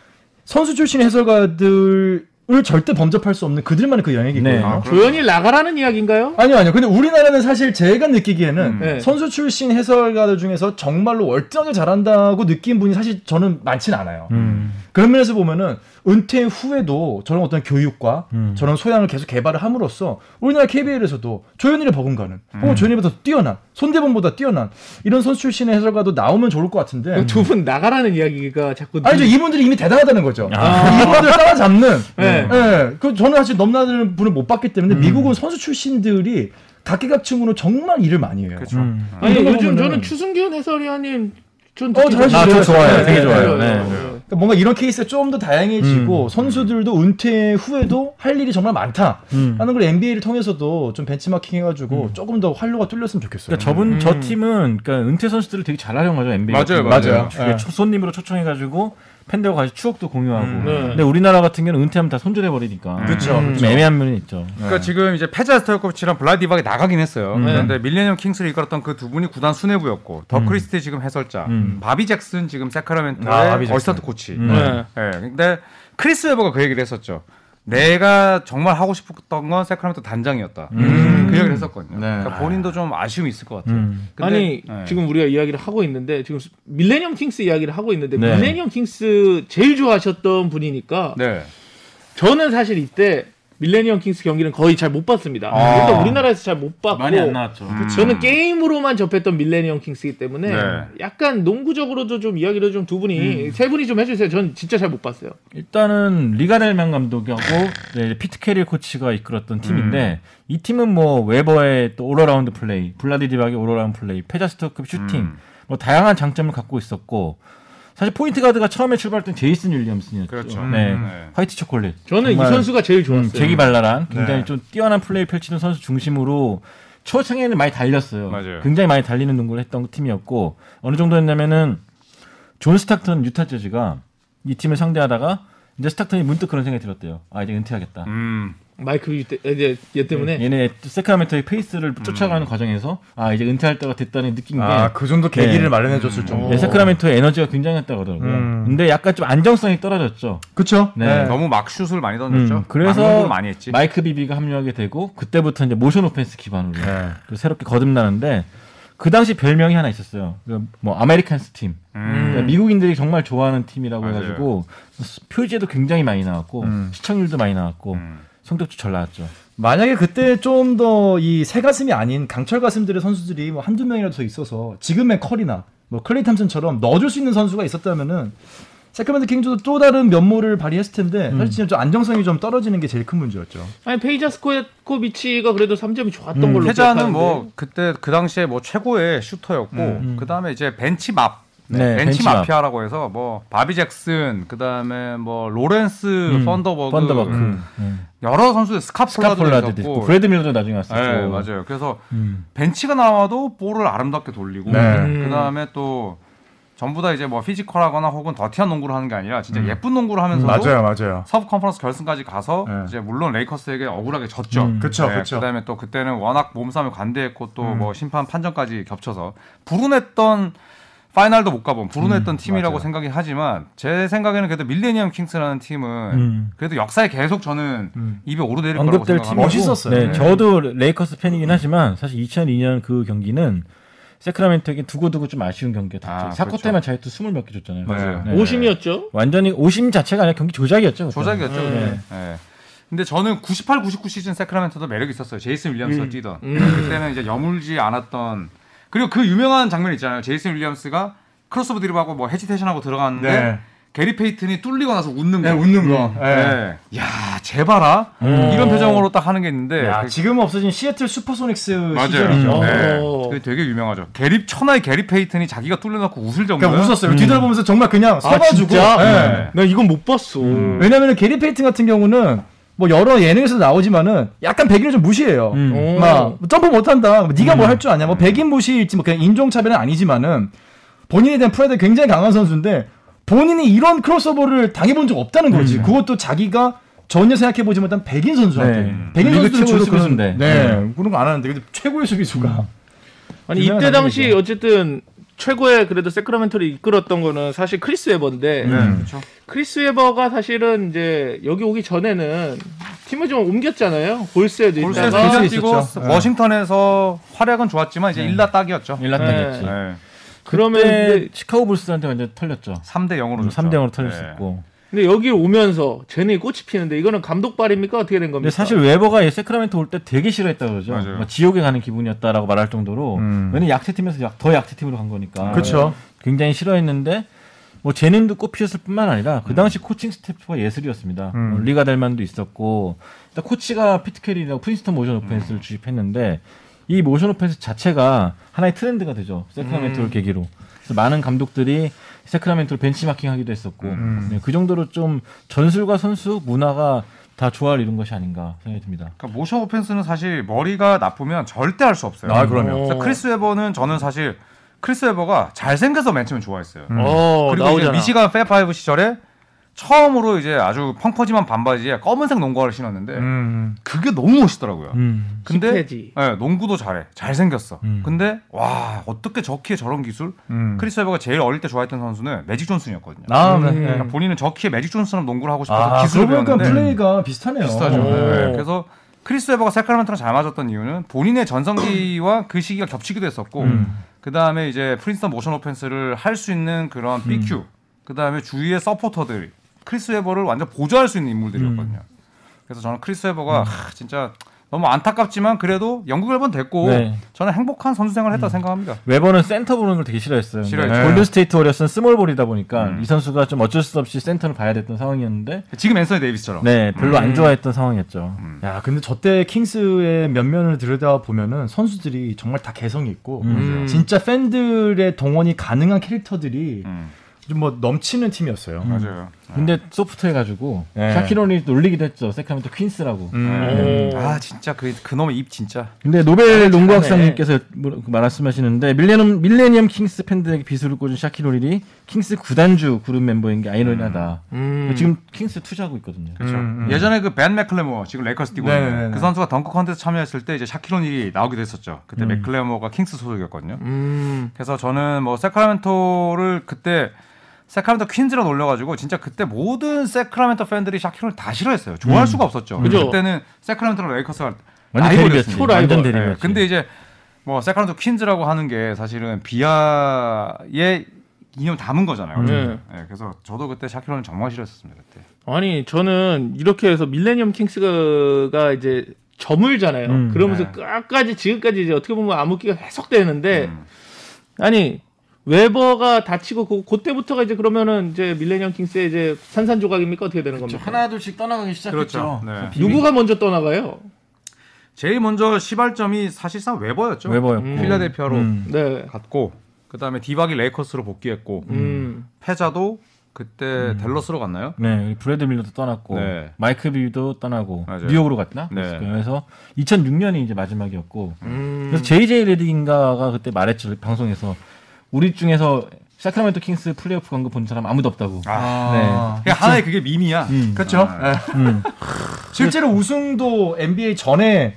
선수 출신 해설가들을 절대 범접할 수 없는 그들만의 그 영역이
네.
있거든요.
아, 그럼-
조연이 나가라는 이야기인가요?
아니요, 아니요. 근데 우리나라는 사실 제가 느끼기에는
음.
네.
선수 출신 해설가들 중에서 정말로 월등하게 잘한다고 느낀 분이 사실 저는 많진 않아요.
음.
그런 면에서 보면은 은퇴 후에도 저런 어떤 교육과
음.
저런 소양을 계속 개발을 함으로써 우리나라 KBL에서도 조현일의 버금가는 혹은 조현일보다 더 뛰어난 손대범보다 뛰어난 이런 선수 출신의 해설가도 나오면 좋을 것 같은데
두 분 나가라는 이야기가 자꾸
음. 아니죠 이분들이 이미 대단하다는 거죠
아.
이분들 따라잡는
네.
예, 그 저는 사실 넘나드는 분을 못 봤기 때문에 미국은 선수 출신들이 각계각층으로 정말 일을 많이 해요.
그렇죠.
음.
아니
이런 거
요즘
보면은-
저는 추승균 해설위원님 좀
어, 잘하시죠. 아, 저 좋아요.
네,
되게
좋아요. 네.
그러니까 뭔가 이런 케이스에 좀 더 다양해지고 선수들도 은퇴 후에도 할 일이 정말 많다.
음.
하는 걸 NBA를 통해서도 좀 benchmarking 해가지고 조금 더 활로가 뚫렸으면 좋겠어요.
그러니까 저분 저 팀은 그러니까 은퇴 선수들을 되게 잘 활용하죠
음.
NBA.
맞아요,
같은
맞아요.
경우는. 주위에
예.
초- 손님으로 초청해가지고 팬들과 같이 추억도 공유하고.
네.
근데 우리나라 같은 경우는 은퇴하면 다 손절해 버리니까.
음. 그쵸,
좀 애매한 면이 있죠.
그러니까 지금 이제 페자 스타코치랑 블라디박이 나가긴 했어요.
음.
그런데 밀레니엄 킹스를 이끌었던 그 두 분이 구단 수뇌부였고 더 크리스티 지금 해설자,
음.
바비 잭슨 지금 세카라멘토의
아, 바비 잭슨.
어시스턴트 코치.
음.
네.
예, 근데 크리스 웨버가 그 얘기를 했었죠. 내가 정말 하고 싶었던 건 세카라멘토 단장이었다. 그 얘기를 했었거든요. 그러니까 본인도 좀 아쉬움이 있을 것 같아요.
네. 음.
근데-
아니
네.
지금 우리가 이야기를 하고 있는데 지금 밀레니엄 킹스 이야기를 하고 있는데
네.
밀레니엄 킹스 제일 좋아하셨던 분이니까
네.
저는 사실 이때 밀레니엄 킹스 경기는 거의 잘 못 봤습니다.
아.
일단 우리나라에서 잘 못 봤고
많이 안 나왔죠.
저는 게임으로만 접했던 밀레니엄 킹스이기 때문에
네.
약간 농구적으로도 좀 이야기를 좀 두 분이
음.
세 분이 좀 해주세요. 전 진짜 잘 못 봤어요.
일단은 리가델맨 감독하고 네, 피트 캐리 코치가 이끌었던 팀인데
음.
이 팀은 뭐 웨버의 또 오로라운드 플레이, 블라디디박의 오로라운드 플레이, 페자스터급 슈팅
음.
뭐 다양한 장점을 갖고 있었고 사실 포인트 가드가 처음에 출발할 땐 제이슨 윌리엄슨이었죠.
그렇죠.
네,
음, 네.
화이트 초콜릿.
저는 이
정말
선수가 제일 좋았어요.
음, 재기발랄한 굉장히
네.
좀 뛰어난 플레이 펼치는 선수 중심으로 초창에는 많이 달렸어요.
맞아요.
굉장히 많이 달리는 농구를 했던 팀이었고 어느 정도였냐면은 존 스타턴 유타 재즈가 이 팀을 상대하다가 이제 스타턴이 문득 그런 생각이 들었대요. 아 이제 은퇴하겠다.
음.
아, 마이크 유 때, 얘, 얘 때문에
얘네 세크라멘토의 페이스를
음.
쫓아가는 과정에서 아 이제 은퇴할 때가 됐다는 느낀 게
아,
그 정도
네.
마련해줬을
예, 세크라멘토의 에너지가 굉장했다고 하더라고요.
음.
근데 약간 좀 안정성이 떨어졌죠.
그쵸?
네.
너무 막 슛을 많이 던졌죠.
음,
막는
그래서
걸 많이 했지.
마이크 비비가 합류하게 되고 그때부터 이제 모션 오펜스 기반으로
네.
그 새롭게 거듭나는데 그 당시 별명이 하나 있었어요. 그뭐 아메리칸스 팀. 그러니까 미국인들이 정말 좋아하는 팀이라고
음. 맞아요.
해가지고 수- 표지에도 굉장히 많이 나왔고 시청률도 많이 나왔고
음.
성적도 잘 나왔죠.
만약에 그때 좀 더 이 새 가슴이 아닌 강철 가슴들의 선수들이 뭐 한두 명이라도 더 있어서 지금의 커리나 뭐 클레이 탐슨처럼 넣어줄 수 있는 선수가 있었다면은 세크라멘트 킹즈도 또 다른 면모를 발휘했을 텐데 사실 진짜 좀 안정성이 좀 떨어지는 게 제일 큰 문제였죠.
아니 페이자스코비치가 그래도 3점이 좋았던 걸로
태자는
기억하는데.
음, 뭐 그때 그 당시에 뭐 최고의 슈터였고 그다음에 이제 벤치맙
네,
벤치
벤치맙.
마피아라고 해서 뭐 바비 잭슨 그다음에 뭐 로렌스 펀더버그,
펀더버크,
음.
음.
여러 선수들 스카폴라도
스카폴라도 있고
있었고 음.
브래드 밀러도 나중에 왔었고.
네, 맞아요. 그래서 벤치가 나와도 볼을 아름답게 돌리고
네.
그다음에 또 전부 다 이제 뭐 피지컬하거나 혹은 더티한 농구를 하는 게 아니라 진짜 예쁜 농구를 하면서도
맞아요.
서부 컨퍼런스 결승까지 가서
네.
이제 물론 레이커스에게 억울하게 졌죠. 네,
그쵸, 그쵸. 음.
그다음에 또 그때는 워낙 몸싸움에 관대했고 또 뭐 심판 판정까지 겹쳐서 불운했던 파이널도 못 가본
음,
불운했던 팀이라고 생각이 하지만 제 생각에는 그래도 밀레니엄 킹스라는 팀은
음.
그래도 역사에 계속 저는
음.
입에 오르내릴 거라고
언급될
생각합니다.
팀
멋있었어요.
네,
네.
저도 레이커스 팬이긴 하지만 사실 2002년 그 경기는 세크라멘토에게 두고두고 좀 아쉬운
아,
경기였죠. 사코
그렇죠.
때만 자유투 20몇 개 줬잖아요.
맞아요.
네.
오심이었죠.
완전히 오심 자체가 아니라 경기 조작이었죠. 그때는.
조작이었죠.
음.
네. 근데 저는 98, 99 시즌 세크라멘토도 매력이 있었어요. 제이슨 윌리엄스가
음.
뛰던. 그때는 이제 여물지 않았던. 그리고 그 유명한 장면 있잖아요. 제이슨 윌리엄스가 크로스오브 드립하고 뭐 헤지테이션하고 들어갔는데
네.
게리 페이튼이 뚫리고 나서 웃는
네,
거.
웃는 거. 예.
네. 야, 제발아. 이런 표정으로 딱 하는 게 있는데
음. 야,
그-
네, 아, 지금 없어진 시애틀 슈퍼소닉스
맞아요.
시절이죠. 어.
음.
네.
오.
그게 되게 유명하죠. 게리 천하의 게리 페이튼이 자기가 뚫려놓고 웃을 정도로.
그러니까 웃었어요. 뒤돌아보면서 정말 그냥 서가지고.
진짜?
예.
네.
나 이건 못 봤어.
왜냐면은 게리 페이튼 같은 경우는 뭐 여러 예능에서 나오지만은 약간 백인을 좀 무시해요.
음.
오.
막 점프 못한다. 뭐 네가 뭘 할 줄 아냐. 뭐 백인 무시일지 뭐 그냥 인종차별은 아니지만은 본인에 대한 프라이드 굉장히 강한 선수인데 본인이 이런 크로스오버를 당해본 적 없다는
음.
거지. 그것도 자기가 전혀 생각해보지 못한 백인 선수한테.
네.
백인
리그
선수들은
최고의
주로 그런-
수비수인데. 음.
네. 그런 거 안 하는데 근데 최고의 수비수가.
아니
유명한
이때 당시
사람이죠.
어쨌든 최고의 그래도 세크라멘토를 이끌었던 거는 사실 크리스 웨버인데
네. 음.
그렇죠.
크리스 웨버가 사실은 이제 여기 오기 전에는 팀을 좀 옮겼잖아요. 골스에도
골스에서
있다가
그냥
그렇죠.
뛰고
있었죠. 네.
워싱턴에서 활약은 좋았지만 이제 일라 딱이었죠.
일라탄이었지.
네.
네.
그러면
그때
이제-
시카고 불스한테 완전 털렸죠.
3대 0으로 졌죠.
3대 0으로
네.
털렸었고.
근데 여기 오면서 쟤네 꽃이 피는데 이거는 감독발입니까 어떻게 된 겁니까?
근데 네, 사실 웨버가 이 세크라멘토 올 때 되게 싫어했다 그러죠.
맞아요. 음.
막 지옥에 가는 기분이었다라고 말할 정도로 왜냐면 약체 팀에서 약, 더 약체 팀으로 간 거니까.
그쵸.
아, 굉장히 싫어했는데 뭐 재능도 꽃피었을 뿐만 아니라
음.
그 당시 코칭 스태프가 예술이었습니다. 뭐 리가델만도 있었고 일단 코치가 피트캐리라고 프린스턴 모션 오펜스를
음.
주입했는데 이 모션 오펜스 자체가 하나의 트렌드가 되죠.
음.
세크라멘토를 계기로. 그래서 많은 감독들이 세크라멘토를 벤치마킹하기도 했었고
음.
네, 그 정도로 좀 전술과 선수 문화가 다 조화를 이룬 것이 아닌가 생각이 듭니다.
그러니까 모션 오펜스는 사실 머리가 나쁘면 절대 할 수 없어요.
아, 그럼요.
그래서 크리스 웨버는 저는 사실 크리스 웨버가 잘생겨서 맨 처음 좋아했어요.
어,
그리고
나오잖아.
이제 미시간 페파이브 시절에 처음으로 이제 아주 펑퍼짐한 반바지에 검은색 농구화를 신었는데
네. 음.
음.
그게 너무 멋있더라고요. 근데
힙해지.
예, 농구도 잘해, 잘생겼어.
음.
근데 와 어떻게 저 키에 저런 기술?
음.
그
크리스 웨버가 제일 어릴 때 좋아했던 선수는 매직 존슨이었거든요.
아, 네.
음. 음.
네.
그러니까 본인은 저 키에 매직 존슨처럼 농구를 하고 싶어서
아,
기술을
그러고 보니까
배웠는데
플레이가 비슷하네요.
비슷하죠.
오.
네, 그래서 크리스 웨버가 세크라멘토랑 잘 맞았던 이유는 본인의 전성기와 그 시기가 겹치기도 했었고 그 다음에 이제 프린스턴 모션 오펜스를 할 수 있는 그런 BQ 그 다음에 주위의 서포터들 크리스 웨버를 완전 보조할 수 있는 인물들이었거든요.
음.
그래서 저는 크리스 웨버가 하, 진짜 너무 안타깝지만 그래도 영국 1번 됐고
네.
저는 행복한 선수
음.
생활을 했다 고 생각합니다.
웨버는 센터 보는 걸 되게 싫어했어요.
싫어했죠. 음.
근데 골든 스테이트 워리어스는 스몰볼이다 보니까 이 선수가 좀 어쩔 수 없이 센터를 봐야 됐던 상황이었는데
지금 앤서니 데이비스처럼.
네 별로
음.
안 좋아했던 상황이었죠.
야, 근데 저때 킹스의 면면을 들여다 보면은 선수들이 정말 다 개성이 있고
음.
진짜 팬들의 동원이 가능한 캐릭터들이
음,
좀 뭐 넘치는 팀이었어요.
맞아요.
근데 소프트해가지고
네.
샤키로니 놀리기도 했죠. 세크라멘토 퀸스라고.
음.
오.
아 진짜 그 그놈의 입 진짜.
근데
아,
노벨 농구학상님께서 뭐- 그 말씀하시는데 밀레니엄, 밀레니엄 킹스 팬들에게 비수를 꽂은 샤키로니 킹스 구단주 그룹 멤버인 게 아이러니하다.
음.
지금 킹스 투자하고 있거든요.
그렇죠.
음.
예전에 그 벤 맥클레모 지금 레이커스 뛰고
네네네.
있는 그 선수가 덩크 컨테스트 참여했을 때 이제 샤키로니 나오기도 했었죠. 그때 맥클레모가 킹스 소속이었거든요.
음.
그래서 저는 뭐 세크라멘토를 그때 세크라멘토 퀸즈로 놀려가지고 진짜 그때 모든 세크라멘토 팬들이 샤키로니 다 싫어했어요. 좋아할 수가 없었죠.
그죠.
그때는 세크라멘토랑 레이커스가
완전
라이벌이었습니다.
대립이었죠. 완전
초라이벌.
대립이었죠.
네, 근데 이제 뭐 세크라멘토 퀸즈라고 하는 게 사실은 비하의 이념 담은 거잖아요.
네.
예, 그래서 저도 그때 샤키로니 정말 싫어했었습니다. 그때.
아니 저는 이렇게 해서 밀레니엄 킹스가 이제 저물잖아요.
음,
그러면서
네.
끝까지 지금까지 이제 어떻게 보면 암흑기가 해석되는데
음.
아니 웨버가 다치고 그 그때부터가 이제 그러면은 이제 밀레니엄 킹스의 이제 산산조각입니까 어떻게 되는 겁니까?
하나 둘씩 떠나가기 시작했죠.
그렇죠. 네.
비비-
누구가 먼저 떠나가요?
제일 먼저 시발점이 사실상 웨버였죠.
웨버였고
음.
필라델피아로
음.
네.
갔고 그다음에 디박이 레이커스로 복귀했고
음.
패자도 그때 댈러스로 갔나요?
네, 우리 브래드 밀러도 떠났고
네.
마이크 비비도 떠나고
맞아요.
뉴욕으로 갔나?
네.
그랬을 거예요. 그래서 2006년이 이제 마지막이었고
음.
그래서 JJ 레딩인가가 그때 말했죠 방송에서 우리 중에서 샤크라멘토 킹스 플레이오프 간 거 본 사람 아무도 없다고.
아.
네. 그냥 하나의 그게 밈이야.
음.
그렇죠.
아.
예. 실제로 우승도 NBA 전에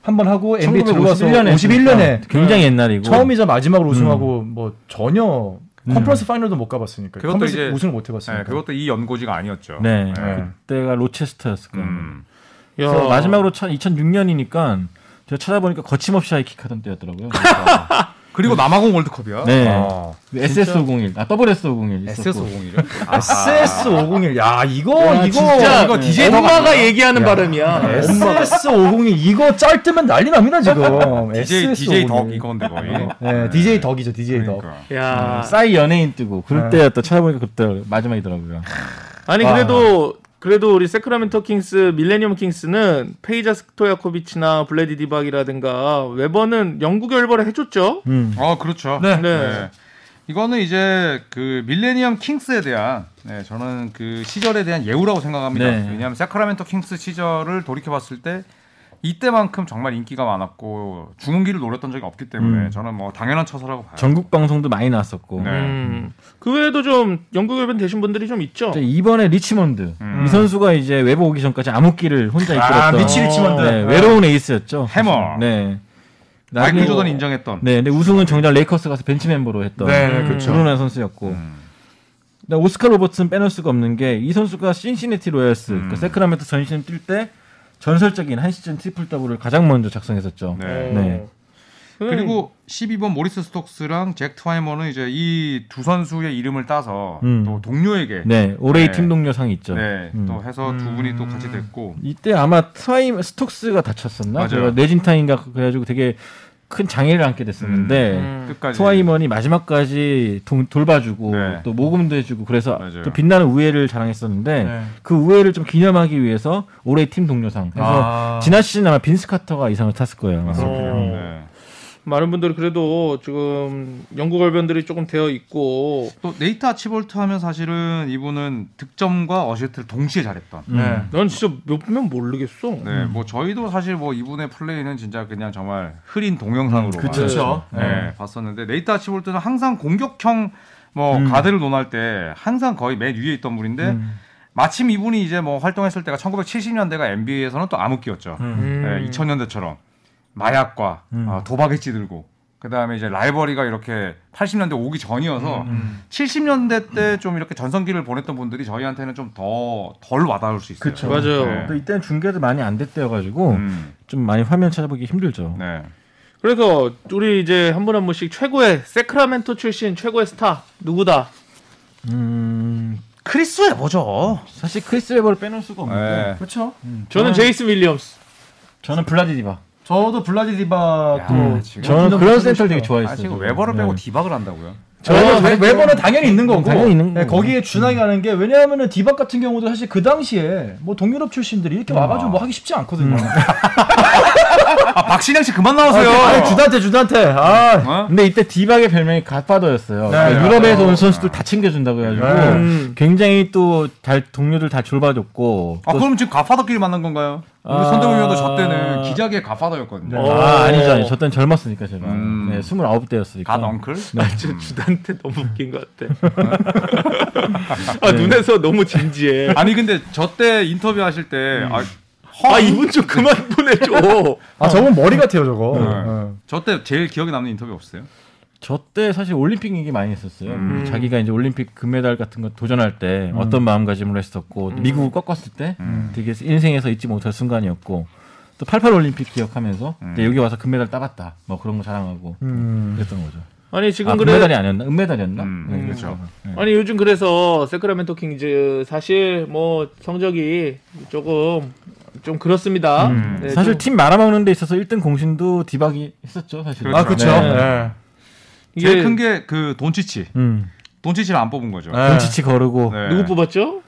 한 번 하고 NBA 들어와서
1951년에 아,
51년에
굉장히 옛날이고
처음이자 마지막으로 우승하고 뭐 전혀 컨퍼런스 파이널도 못 가봤으니까
그것도
컨퍼런스
이제-
우승을 못 해봤으니까.
네, 그것도 이 연고지가 아니었죠.
네,
네.
그때가 로체스터였을 거예요.
음.
야.
그래서 마지막으로 2006년이니까 제가 찾아보니까 거침없이 하이킥하던 때였더라고요.
그리고 남아공 월드컵이야.
네,
아,
SS501, 아 WS501 있었고
SS50이죠.
SS 501. 야 이거
와,
이거
진짜
이거 DJ 더
엄마가 얘기하는 발음이야.
SS 501 이거 짤 뜨면 난리 납니다 지금.
DJ
SS
DJ
501.
덕 이건데 거의.
네, DJ 덕이죠 DJ 덕.
그러니까.
야.
싸이 연예인 뜨고 그럴
네.
때였다 찾아보니까 그때 마지막이더라고요.
아니 그래도 그래도 우리 세크라멘토 킹스, 밀레니엄 킹스는 페이자 스토야코비치나 블레디
음.
디박이라든가 웨버는 영국 열벌을 해줬죠.
아 그렇죠.
네.
이거는 이제 그 밀레니엄 킹스에 대한 네, 저는 그 시절에 대한 예우라고 생각합니다.
네.
왜냐하면 세크라멘토 킹스 시절을 돌이켜봤을 때 이때만큼 정말 인기가 많았고 중흥기를 노렸던 적이 없기 때문에
음.
저는 뭐 당연한 처사라고 봐요.
전국 방송도 많이 나왔었고
네.
음. 그 외에도 좀 영국 외변 되신 분들이 좀 있죠.
근데 이번에 리치먼드
음.
이 선수가 이제 외부 오기 전까지 암흑기를 혼자
아,
이끌었던
미치 리치먼드.
네, 외로운 에이스였죠.
해머.
네.
마이클
나중에-
조던 인정했던.
네, 근데 우승은 정작 레이커스 가서 벤치 멤버로 했던
네,
네,
그
그렇죠.
브루나 선수였고.
음.
근데 오스카 로버츠는 빼놓을 수가 없는 게 이 선수가 신시내티 로얄스,
음.
그 세크라멘토 전시즌 뛸 때 전설적인 한 시즌 트리플 더블을 가장 먼저 작성했었죠.
어.
네.
네.
음.
그리고 12번 모리스 스톡스랑 잭 트와이머는 이제 이 두 선수의 이름을 따서
음.
또 동료에게 네,
네, 올해의
네.
팀 동료 상이 있죠. 음.
또 해서 두 분이 또 같이 됐고
이때 아마 트와임 스톡스가 다쳤었나?
맞아요.
그래가 뇌진탕인가 그래가지고 되게 큰 장애를 안게 됐었는데
음.
음. 끝까지
트와이먼이 마지막까지 동- 돌봐주고
네.
또 모금도 해주고 그래서
맞아요.
또 빛나는 우애를 자랑했었는데
네.
그 우애를 좀 기념하기 위해서 올해 팀 동료상. 그래서
아.
지난 시즌 아마 빈스 카터가 이상을 탔을 거예요. 아마.
어.
네.
많은 분들이 그래도 지금 영국 외변들이 조금 되어 있고
또 네이트 아치볼트 하면 사실은 이분은 득점과 어시스트를 동시에 잘했던.
네.
난 진짜 몇 명 모르겠어.
네, 뭐 저희도 사실 뭐 이분의 플레이는 진짜 그냥 정말 흐린 동영상으로
그렇죠.
네, 봤었는데 네이트 아치볼트는 항상 공격형 뭐 가드를 논할 때 항상 거의 맨 위에 있던 분인데 마침 이분이 이제 뭐 활동했을 때가 1970년대가 NBA에서는 또 암흑기였죠. 네,
음.
2000년대처럼 예, 마약과 어, 도박에 찌들고 그다음에 이제 라이벌이가 이렇게 80년대 오기 전이어서 70년대 때 좀 이렇게 전성기를 보냈던 분들이 저희한테는 좀 더 덜 와닿을 수 있어요.
그쵸.
맞아요.
네.
또 이때는 중계도 많이 안 됐대여가지고
음,
좀 많이 화면 찾아보기 힘들죠.
네.
그래서 우리 이제 한 분 한 분씩 최고의 세크라멘토 출신 최고의 스타 누구다?
음,
크리스 웨버죠.
사실 크리스 웨버를 빼놓을 수가 없는데
네.
그렇죠.
저는 제이슨 윌리엄스.
저는 블라디디바.
저도 블라디디바도
뭐,
음,
야, 지금-
음. 저는 그런 센터를 되게
아,
좋아했어요.
지금
저는.
웨버를 빼고
네.
디박을 한다고요?
저 웨버는 당연히 있는 거고
당연히 있는
네,
거고. 음.
거기에 준하게 가는 게 왜냐하면은 디박 같은 경우도 사실 그 당시에 뭐 동유럽 출신들이
음.
이렇게 와가지고 뭐 하기 쉽지 않거든요.
음.
아, 박신양 씨 그만 나오세요.
아니, 주단테 주단테 아
어?
근데 이때 디박의 별명이 갓파더였어요. 그러니까
네.
유럽에서 온 선수들 다 챙겨준다고 해가지고
네.
음.
굉장히 또 잘 동료들 다 졸봐줬고
아,
또-
그럼 지금 가파더끼리 만난 건가요? 우리
아.
선대우 위원도 저 때는 기자계 가파더였거든요.
네.
아, 아니죠 아니죠 저땐 젊었으니까 제가
음.
네, 29대였으니까
갓 엉클?
음. 주단테 너무 웃긴 것 같아. 아 눈에서 너무 진지해.
아니 근데 저 때 인터뷰 하실 때 아,
아 이분 좀 그만 보내줘.
아, 저건 머리 같아요 저거.
네.
네.
저 때 제일 기억에 남는 인터뷰 없어요?
저 때 사실 올림픽 얘기 많이 했었어요.
음.
그 자기가 이제 올림픽 금메달 같은 거 도전할 때 어떤 마음가짐으로 했었고 또 미국을 꺾었을 때
음.
되게 인생에서 잊지 못할 순간이었고 또 88 올림픽 기억하면서
음.
이제 여기 와서 금메달 따봤다 뭐 그런 거 자랑하고 그랬던 거죠.
아니 지금
아,
그래.
금메달이 아니었나? 은메달이었나?
음,
네,
그렇죠.
아니 요즘 그래서 세크라멘토 킹즈 사실 뭐 성적이 조금 좀 그렇습니다. 네,
사실
좀
팀 말아먹는 데 있어서 1등 공신도 디박이 했었죠, 사실.
아 그렇죠.
네.
네.
이게
제일 큰 게 그 돈치치.
음.
돈치치를 안 뽑은 거죠.
네.
돈치치 거르고
네.
누구 뽑았죠?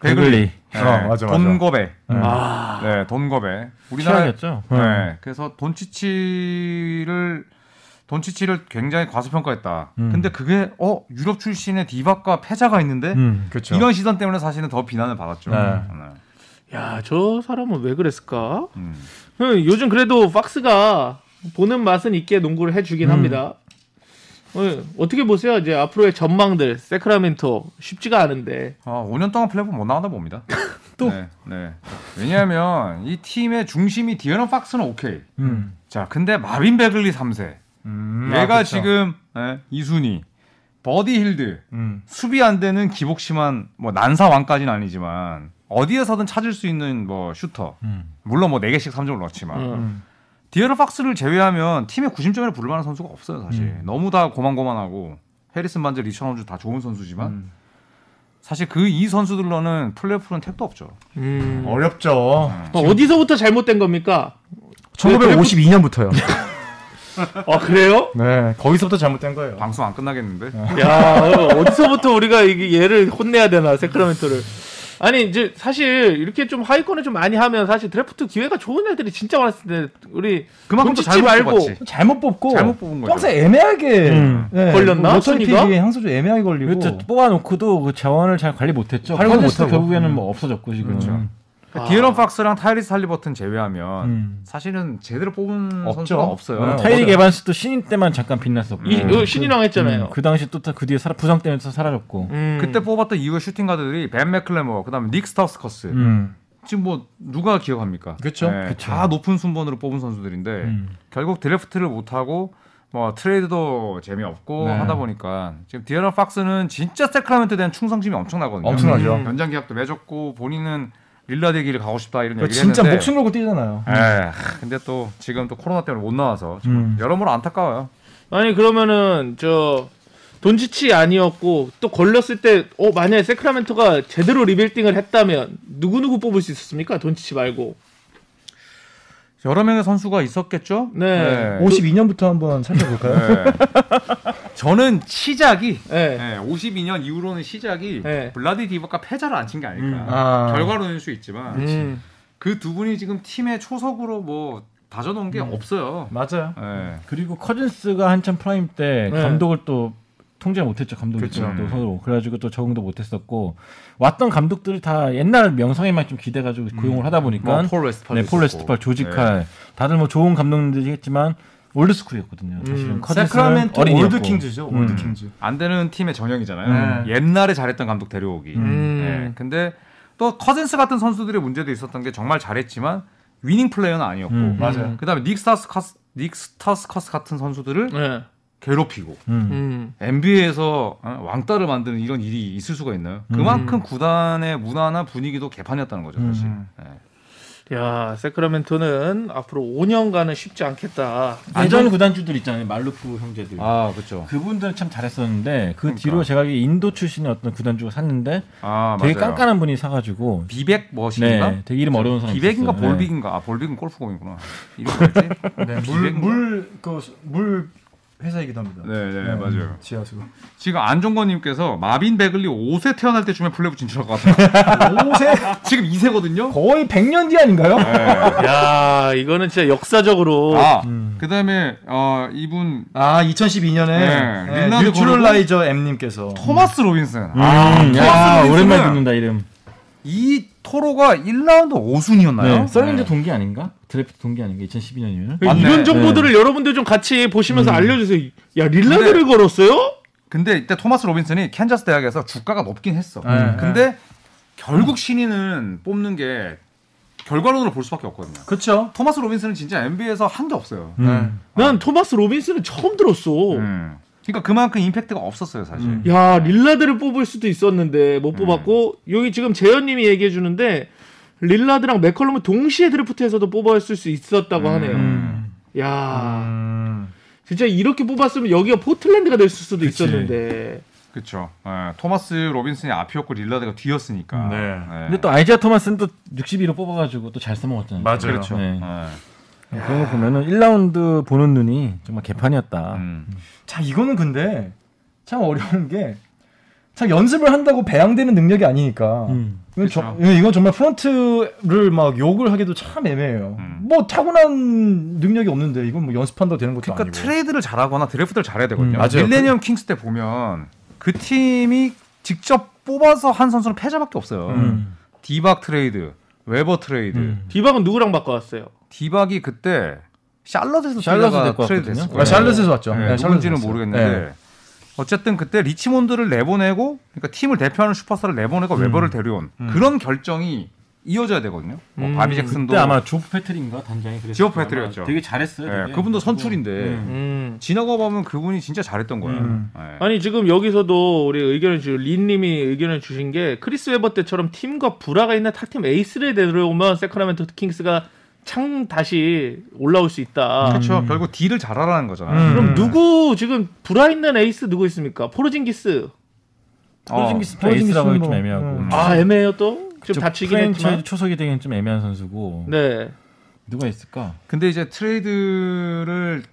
베글리
네.
어, 맞아, 맞아.
돈거베.
음. 아,
네, 돈거베. 우리나라
피하겠죠.
네. 그래서 돈치치를 돈치치를 굉장히 과소평가했다. 근데 그게 어 유럽 출신의 디바과 패자가 있는데
음.
그렇죠.
이런 시선 때문에 사실은 더 비난을 받았죠.
네.
야 저 사람은 왜 그랬을까?
음.
응, 요즘 그래도 팍스가 보는 맛은 있게 농구를
음.
해주긴 합니다. 어, 어떻게 보세요? 이제 앞으로의 전망들 세크라멘토 쉽지가 않은데
아, 5년 동안 플랫폼 못 나간다 봅니다. 또. 네. 네. 왜냐하면 이 팀의 중심이 디어런 팍스는 오케이.
음.
자, 근데 마빈 베글리 3세.
음,
음.
아,
아,
얘가 지금 예, 이순이, 버디 힐드,
음.
수비 안 되는 기복심한 뭐 난사왕까지는 아니지만 어디에서든 찾을 수 있는 뭐 슈터. 물론 뭐 4개씩 3점을 넣었지만
음.
디에르 팍스를 제외하면 팀의 90점에 불만한 선수가 없어요, 사실. 너무 다 고만고만하고 해리슨 반즈, 리처 홈즈 다 좋은 선수지만 사실 그 이 선수들로는 플레이오프는 택도 없죠.
음.
어렵죠.
네.
어, 어디서부터 잘못된 겁니까?
1952년부터요.
아 그래요?
네, 거기서부터 잘못된 거예요.
방송 안 끝나겠는데.
야 어, 어디서부터 우리가 이게 얘를 혼내야 되나 세크라멘토를? 아니 이제 사실 이렇게 좀 하위권을 좀 많이 하면 사실 드래프트 기회가 좋은 애들이 진짜 많았을 텐데 우리
그만큼 또
돈치치
잘못
말고.
뽑았지.
잘못 뽑고
잘못 뽑은 거죠.
평생 애매하게
음.
예,
걸렸나?
로터리
순위가?
픽이 향수 좀 애매하게 걸리고
그때 그렇죠. 뽑아놓고도 그 자원을 잘 관리 못했죠.
관리도
컨테스트
못하고.
결국에는 뭐 없어졌고 지금.
음.
그렇죠.
아.
디에런 팍스랑 타이리스 할리버튼 제외하면
음.
사실은 제대로 뽑은
없죠.
선수가 없어요.
네.
타이리 개반스도 신인 때만 잠깐 빛났었고.
이,
음.
이거 신인왕 했잖아요.
음, 그 당시 또 그 뒤에 살아 부상 때문에 또 사라졌고.
음.
그때 뽑았던 이후에 슈팅 가드들이 벤 맥클레머, 그다음에 닉 스타스커스.
음.
지금 뭐 누가 기억합니까?
그쵸.
네,
그쵸.
다 높은 순번으로 뽑은 선수들인데
음.
결국 드래프트를 못 하고 뭐 트레이드도 재미없고
네.
하다 보니까 지금 디에런 팍스는 진짜 세크라멘트에 대한 충성심이 엄청나거든요.
엄청나죠.
음. 연장 계약도 맺었고 본인은 릴라드 길을 가고 싶다
네,
이런
그거
얘기를
그러니까 진짜
했는데
목숨 걸고 뛰잖아요.
예. 하, 근데 또 지금 또 코로나 때문에 못 나와서 좀
음.
여러모로 안타까워요.
아니 그러면은 저 돈치치 아니었고 또 걸렸을 때 어 만약에 세크라멘토가 제대로 리빌딩을 했다면 누구 누구 뽑을 수 있었습니까? 돈치치 말고
여러 명의 선수가 있었겠죠?
네.
52년부터 한번 살펴볼까요?
네. 저는 시작이
예.
네, 52년 이후로는 시작이
네.
블라디 디버가 패자를 안 친 게 아닐까.
음.
아.
결과로는 수 있지만
음.
그 두 분이 지금 팀의 초석으로 뭐 다져놓은
음.
게 없어요.
맞아요.
네.
그리고 커즌스가 한참 프라임 때
네.
감독을 또 통제 못했죠 감독이
그쵸.
또 서로 그래가지고 또 적응도 못했었고 왔던 감독들을 다 옛날 명성에만 좀 기대가지고 고용을 하다 보니까
음. 뭐 폴 웨스트팔. 뭐. 네.
네, 폴 레스트팔, 조지칼 다들 뭐 좋은 감독님들이 했지만 올드스쿨이었거든요. 사실은
음.
커즌스는 어린이였고. 음.
안 되는 팀의 전형이잖아요.
네.
음.
옛날에 잘했던 감독 데려오기.
음.
네, 근데 또 커즌스 같은 선수들의 문제도 있었던 게 정말 잘했지만 위닝 플레이어는 아니었고
음.
맞아요.
그다음에 닉 스타스커스 닉 스타스커스 같은 선수들을
네.
괴롭히고
음.
음.
NBA에서 어, 왕따를 만드는 이런 일이 있을 수가 있나요? 그만큼 구단의 문화나 분위기도 개판이었다는 거죠, 사실.
음.
네.
야 세크라멘토는 앞으로 5년간은 쉽지 않겠다. 네
예전 구단주들 있잖아요. 말루프 형제들.
아, 그렇죠.
그분들은 참 잘했었는데 그
그러니까.
뒤로 제가 알기로 인도 출신의 어떤 구단주가 샀는데
아,
되게
맞아요.
깐깐한 분이 사가지고
비백 머신인가?
네, 되게 이름 어려운 사람
비백인가
있었어요. 네.
볼빅인가? 아, 볼빅은 골프공이구나. 이름 뭐였지? 비백인가?
물물그물 회사이기도 합니다. 음,
네, 네, 맞아요.
지하수.
지금 안종건님께서 마빈 베글리 5세 태어날 때쯤에 플레이오프 진출할 것 같아요.
5세
지금 2세거든요.
거의 100년 뒤 아닌가요?
네.
야 이거는 진짜 역사적으로
아, 그다음에 어, 이분
아 2012년에
네, 릴란드
뉴트럴라이저 M 님께서
토마스 로빈슨.
음,
아,
야,
토마스
오랜만에
로빈슨은
듣는다 이름.
이 토로가 1라운드 5순이었나요?
네. 썰린드 동기 아닌가? 드래프트 동기 아닌가?
맞네.
2012년이면.
그
음.
이런 정보들을 여러분들 좀 같이 보시면서 알려주세요. 야 릴라드를 걸었어요?
근데 이때 토마스 로빈슨이 캔자스 대학에서 주가가 높긴 했어.
네.
음. 근데 결국 신인은 뽑는 게 결과론으로 볼 수밖에 없거든요.
그렇죠.
토마스 로빈슨은 진짜 NBA에서 한 게 없어요.
음.
난 토마스 로빈슨은 처음 들었어.
아. 음. 그러니까 그만큼 임팩트가 없었어요, 사실.
음.
야 릴라드를 뽑을 수도 있었는데 못 뽑았고 여기 지금 재현님이 얘기해 주는데 릴라드랑 맥컬럼은 동시에 드래프트에서도 뽑았을 수 있었다고 하네요.
음.
야
음,
진짜 이렇게 뽑았으면 여기가 포틀랜드가 됐을 수도
그치.
있었는데
그렇죠. 토마스 로빈슨이 앞이었고 릴라드가 뒤였으니까. 예.
네.
근데 또 아이지아 토마스는 또 62로 뽑아가지고 또 잘 써먹었잖아요.
맞아요.
그렇죠.
네.
예.
그런 거 보면은 1라운드 보는 눈이 정말 개판이었다.
음.
자 이거는 근데 참 어려운 게 참 연습을 한다고 배양되는 능력이 아니니까.
음.
이건,
그쵸.
저, 예, 이건 정말 프런트를 막 욕을 하기도 참 애매해요.
음.
뭐 타고난 능력이 없는데 이건 뭐 연습한다고 되는 것도
그러니까
아니고.
트레이드를 잘하거나 드래프트를 잘해야 되거든요.
음,
맞아요.
밀레니엄 킹스 때 보면 그 팀이 직접 뽑아서 한 선수는 패자밖에 없어요.
음.
디박 트레이드, 웨버 트레이드.
음.
디박은 누구랑 바꿔왔어요?
디박이 그때 샬럿에서
샬럿에
뛰다가
데리고
트레이드
왔거든요.
됐을
아,
거예요.
샬럿에서 왔죠.
네,
네,
누군지는
샬럿에서
모르겠는데
왔어요. 네.
어쨌든 그때 리치몬드를 내보내고 그러니까 팀을 대표하는 슈퍼스타를 내보내고 웨버를 데려온 그런 결정이 이어져야 되거든요. 뭐
음.
바비
그때
잭슨도
아마 조프 패트린가 단장이 그랬어요.
지오프 패트리였죠.
아마 되게 잘했어요.
예,
되게.
그분도 선출인데
음.
음.
지나가 보면 그분이 진짜 잘했던 거예요. 예.
아니 지금 여기서도 우리 의견을 주 린님이 의견을 주신 게 크리스 웨버 때처럼 팀과 불화가 있는 타팀 에이스를 데려오면 세크라멘토 킹스가 창 다시 올라올 수 있다.
그렇죠. 결국 딜을 잘하라는 거잖아요.
아, 음.
네.
음.
그럼 누구 지금 불화 있는 에이스 누구 있습니까? 포르징기스.
뭐 포징기스
어,
페이스라고
포징기스는
좀
뭐,
애매하고.
음.
아 애매해요 또. 좀
저
다치긴
프랜차이즈
했지만.
초석이 되기엔 좀 애매한 선수고
네.
누가 있을까?
근데 이제 트레이드를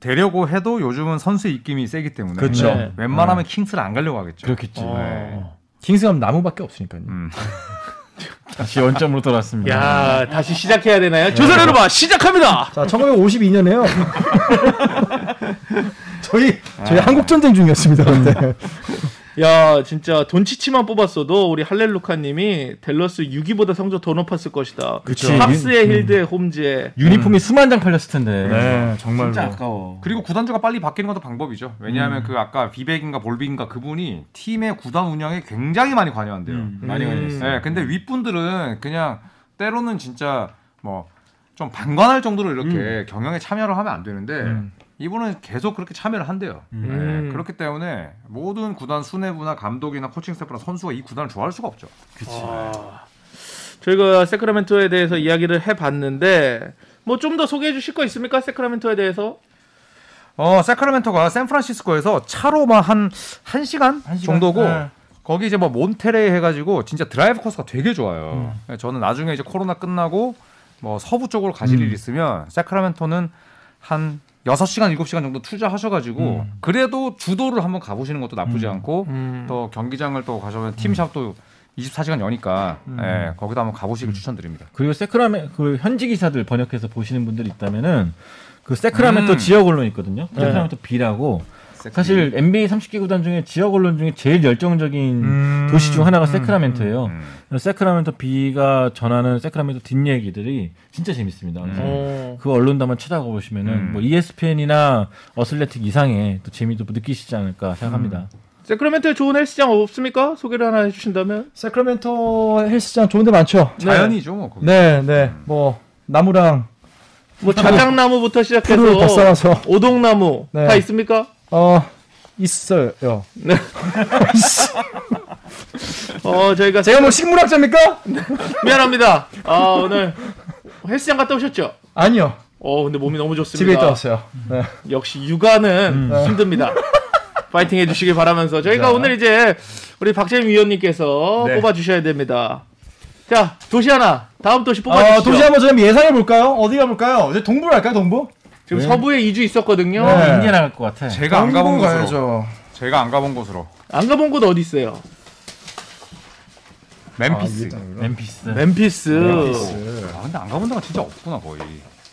되려고 해도 요즘은 선수의 입김이 세기 때문에
그렇죠.
네.
웬만하면 킹스를 안 가려고 하겠죠.
그렇겠지.
어.
킹스감 나무밖에 없으니까요.
음.
다시 원점으로 돌아왔습니다.
네. 야, 다시 시작해야
네.
되나요? 조선 여러분, 시작합니다!
자, 1952년에요. 저희 저희
아.
한국 전쟁 중이었습니다. 그때.
야, 진짜 돈치치만 뽑았어도 우리 할렐루카 님이 델러스 6위보다 성적 더 높았을 것이다.
그치. 음.
합스의 힐드의 홈즈의.
유니폼이 수만 장 팔렸을 텐데.
네, 정말로.
진짜 아까워.
그리고 구단주가 빨리 바뀌는 것도 방법이죠. 왜냐하면 그 아까 비백인가 볼빈인가 그분이 팀의 구단 운영에 굉장히 많이 관여한대요.
많이 걸렸어.
네, 근데 윗분들은 그냥 때로는 진짜 뭐 좀 방관할 정도로 이렇게 경영에 참여를 하면 안 되는데 이분은 계속 그렇게 참여를 한대요.
음.
네, 그렇기 때문에 모든 구단 수뇌부나 감독이나 코칭 스태프나 선수가 이 구단을 좋아할 수가 없죠.
아, 저희가 세크라멘토에 대해서 이야기를 해봤는데, 뭐 좀 더 소개해 주실 거 있습니까? 세크라멘토에 대해서?
어, 세크라멘토가 샌프란시스코에서 차로만 한 1시간,
한 시간?
정도고
네.
거기 이제 뭐 몬테레이 해 가지고 진짜 드라이브 코스가 되게 좋아요. 네, 저는 나중에 이제 코로나 끝나고 뭐 서부 쪽으로 가실 일이 있으면 세크라멘토는 한 6시간, 7시간 정도 투자하셔 가지고 그래도 주도를 한번 가 보시는 것도 나쁘지 않고 또 경기장을 또 가셔면 팀샵도 24시간 여니까 예, 거기다 한번 가보시길 추천드립니다.
그리고 세크라멘 그 현지 기사들 번역해서 보시는 분들 있다면은 그 세크라멘토
음.
지역 언론 있거든요. 그 세크라멘토 B라고 사실
음.
NBA 30개 구단 중에 지역 언론 중에 제일 열정적인
음.
음,
도시 중 하나가 세크라멘토예요.
음.
세크라멘토 B가 전하는 세크라멘토 뒷얘기들이 진짜 재밌습니다. 그래서
어.
그 언론도 한번 찾아가 보시면은
음.
뭐 ESPN이나 어슬레틱 이상의 또 재미도 느끼시지 않을까 생각합니다.
음. 세크라멘토에 좋은 헬스장 없습니까? 소개를 하나 해주신다면?
세크라멘토 헬스장 좋은 데 많죠.
자연이죠, 뭐. 거기.
네, 네. 뭐 나무랑
뭐 자작나무부터
풀을
시작해서
벗어나서
오동나무
네.
다 있습니까?
어 있어요.
네.
어 저희가
제가 뭐 식물학자입니까?
미안합니다. 아 오늘 헬스장 갔다 오셨죠?
아니요.
어 근데 몸이 너무 좋습니다.
집에 있다 왔어요. 음. 네.
역시 육아는 힘듭니다. 파이팅 해주시길 바라면서 저희가 오늘 이제 우리 박재민 위원님께서
네.
뽑아 주셔야 됩니다. 자 도시 하나 다음 도시 뽑아
아,
주시죠.
도시 한번 저희 예상해 볼까요? 어디 가볼까요? 이제 동부 갈까요? 동부?
지금 서부에 2주 있었거든요.
네.
어, 인디애나 갈 것 같아.
제가 안 가본
동부
곳으로.
가야죠.
제가 안 가본 곳으로.
안 가본 곳 어디 있어요?
아,
멤피스.
멤피스.
아, 멤피스.
아, 근데 안 가본 데가 진짜 없구나 거의.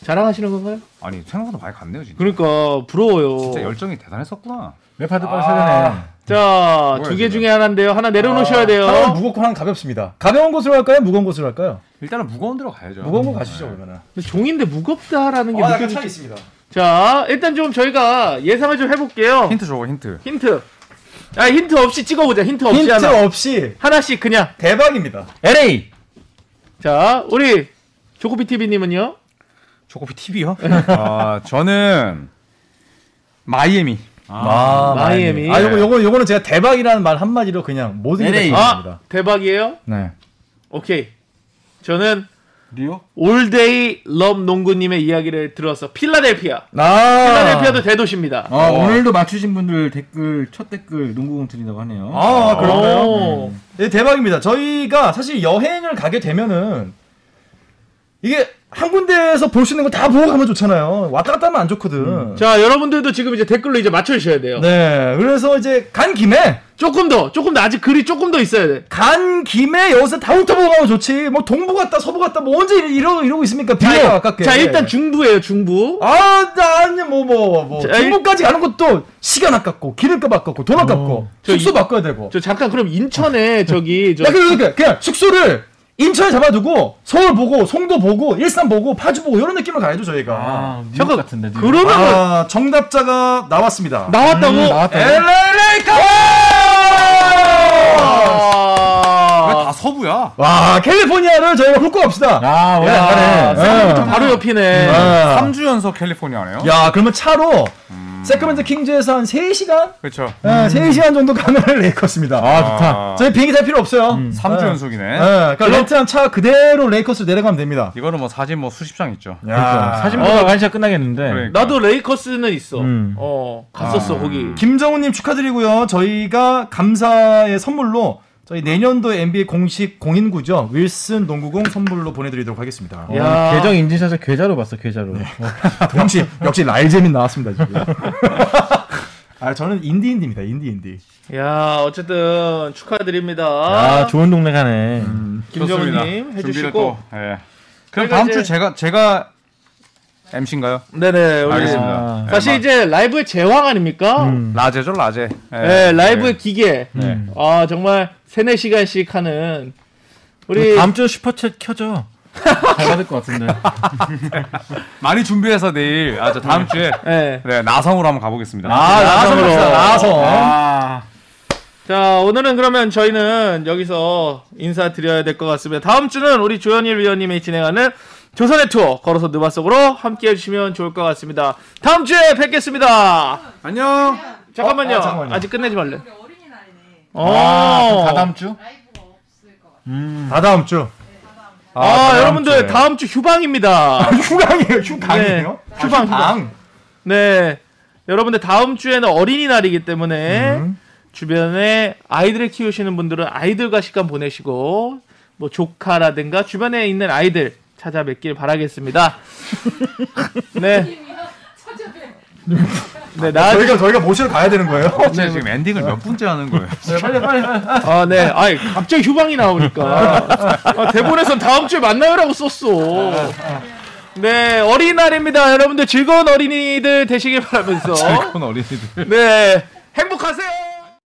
자랑하시는 건가요?
아니 생각보다 많이 갔네요 진짜.
그러니까 부러워요.
진짜 열정이 대단했었구나.
웹하드
아.
빨리 사전에
자, 두 개
지금?
중에 하나인데요. 하나 내려놓으셔야 돼요.
아, 하나는 무겁고 하나는 가볍습니다. 가벼운 곳으로 할까요? 무거운 곳으로 할까요?
일단은 무거운 데로 가야죠. 네.
무거운 아, 곳 가시죠 그러면은.
근데 종인데 무겁다라는 게 느껴지.
아, 있습니다.
자, 일단 좀 저희가 예상을 좀 해볼게요.
힌트 줘 힌트.
힌트. 아, 힌트 없이 찍어보자. 힌트 없이
힌트
하나.
없이
하나씩 그냥.
대박입니다.
LA.
자, 우리 조코비 TV님은요.
조코피 TV요? 아 저는 마이애미.
아,
마이애미.
아, 요거 요거 요거는 제가 대박이라는 말 한마디로 그냥 모든 게다
LA.
대박입니다.
아, 대박이에요.
네.
오케이. 저는
리오?
올데이 럼 농구님의 이야기를 들어서 필라델피아. 필라델피아도 어. 대도시입니다.
아, 오늘도 맞추신 분들 댓글 첫 댓글 농구공 드린다고 하네요.
아, 그런가요?
오.
네, 대박입니다. 저희가 사실 여행을 가게 되면은 이게 한 군데에서 볼 수 있는 거 다 보고 가면 좋잖아요. 왔다 갔다 하면 안 좋거든.
자, 여러분들도 지금 이제 댓글로 이제 맞춰주셔야 돼요.
네, 그래서 이제 간 김에
조금 더, 조금 더, 아직 글이 조금 더 있어야 돼.
간 김에 여기서 다 훑어보고 가면 좋지. 뭐 동부 갔다 서부 갔다 뭐 언제 이러, 이러고 있습니까? 비가 아깝게.
자, 일단 중부예요, 중부.
아, 나 아니 뭐뭐 뭐.
자,
중부까지 가는 것도 시간 아깝고 기름값 아깝고 돈 아깝고
어. 저
숙소
이-
바꿔야 되고.
저 잠깐 그럼 인천에 저기 저
야, 그러니까 그냥, 그냥 숙소를 인천에 잡아두고 서울 보고 송도 보고 일산 보고 파주 보고 이런 느낌으로 가야죠 저희가.
아, 뉴욕
잠깐
같은데. 뉴욕.
그러면
아, 정답자가 나왔습니다.
음, 나왔다고.
LA 레이커스!
왜
아,
다 서부야?
와, 캘리포니아를 저희가 훑고 갑시다.
아, 원래
야,
안 가네.
예.
바로 옆이네.
아.
3주 연속 캘리포니아네요.
야, 그러면 차로 세크멘트 킹즈에서 한 3시간?
그렇죠.
예, 3시간 정도 가면 레이커스입니다.
아, 좋다.
저희 비행기 탈 필요 없어요.
3주
아.
예.
연속이네.
예, 그러니까 렌트한 차 그대로 레이커스로 내려가면 됩니다.
이거는 뭐 사진 뭐 수십 장 있죠.
네,
그러니까 사진 보다가 한 시간 끝나겠는데.
그래.
나도 레이커스는 있어.
음.
어, 갔었어
아.
거기.
김정훈님 축하드리고요. 저희가 감사의 선물로 저희 내년도 NBA 공식 공인구죠. 윌슨 농구공 선물로 보내드리도록 하겠습니다.
어,
야.
계정 인증샷을 네. 계좌로 봤어, 계좌로. 어.
역시 역시 라이제민 나왔습니다 지금. 아 저는 인디 인디입니다. 인디 인디.
야, 어쨌든 축하드립니다.
아, 좋은 동네 가네.
좋습니다.
김정은님
준비를
해주시고.
또, 예. 그럼
저희가
다음
이제-
주 제가 제가 MC인가요?
네네, 우리
알겠습니다.
아.
예,
사실
마-
이제 라이브의 제왕 아닙니까?
음.
라제죠 라제. 예,
네, 라이브의
예.
기계.
네.
아, 정말 세네 시간씩 하는 우리
우리
뭐
다음 주 슈퍼챗 켜줘. 잘 받을 것 같은데.
많이 준비해서 내일 아저 다음 주에
예.
네 나성으로 한번 가보겠습니다. 네.
아, 나성으로. 어.
나성.
아.
자, 오늘은 그러면 저희는 여기서 인사드려야 될 것 같습니다. 다음 주는 우리 조현일 위원님이 진행하는 조선의 투어 걸어서 느바 속으로 함께 해주시면 좋을 것 같습니다. 다음 주에 뵙겠습니다.
안녕.
잠깐만요.
어, 아, 잠깐만요.
직 끝내지 말래.
우리 어린이날이네.
어.
아,
다음 주?
라이브가 없을 것 같아.
다 다음 주.
아, 여러분들
주에.
다음 주 휴방입니다.
휴강이에요. 휴강이에요.
네. 휴방,
강.
네. 여러분들 다음 주에는 어린이날이기 때문에 주변에 아이들을 키우시는 분들은 아이들과 시간 보내시고 뭐 조카라든가 주변에 있는 아이들 찾아뵙길 바라겠습니다. 네. 네, 나
저희가 저희가 모시러 가야 되는 거예요.
네, 지금 엔딩을 몇 분째 하는 거예요?
빨리 빨리. 빨리.
아, 네. 아이, 갑자기 휴방이 나오니까. 아, 대본에선 다음 주에 만나요라고 썼어. 네, 어린이날입니다. 여러분들 즐거운 어린이들 되시길 바라면서.
어린이들.
네. 행복하세요!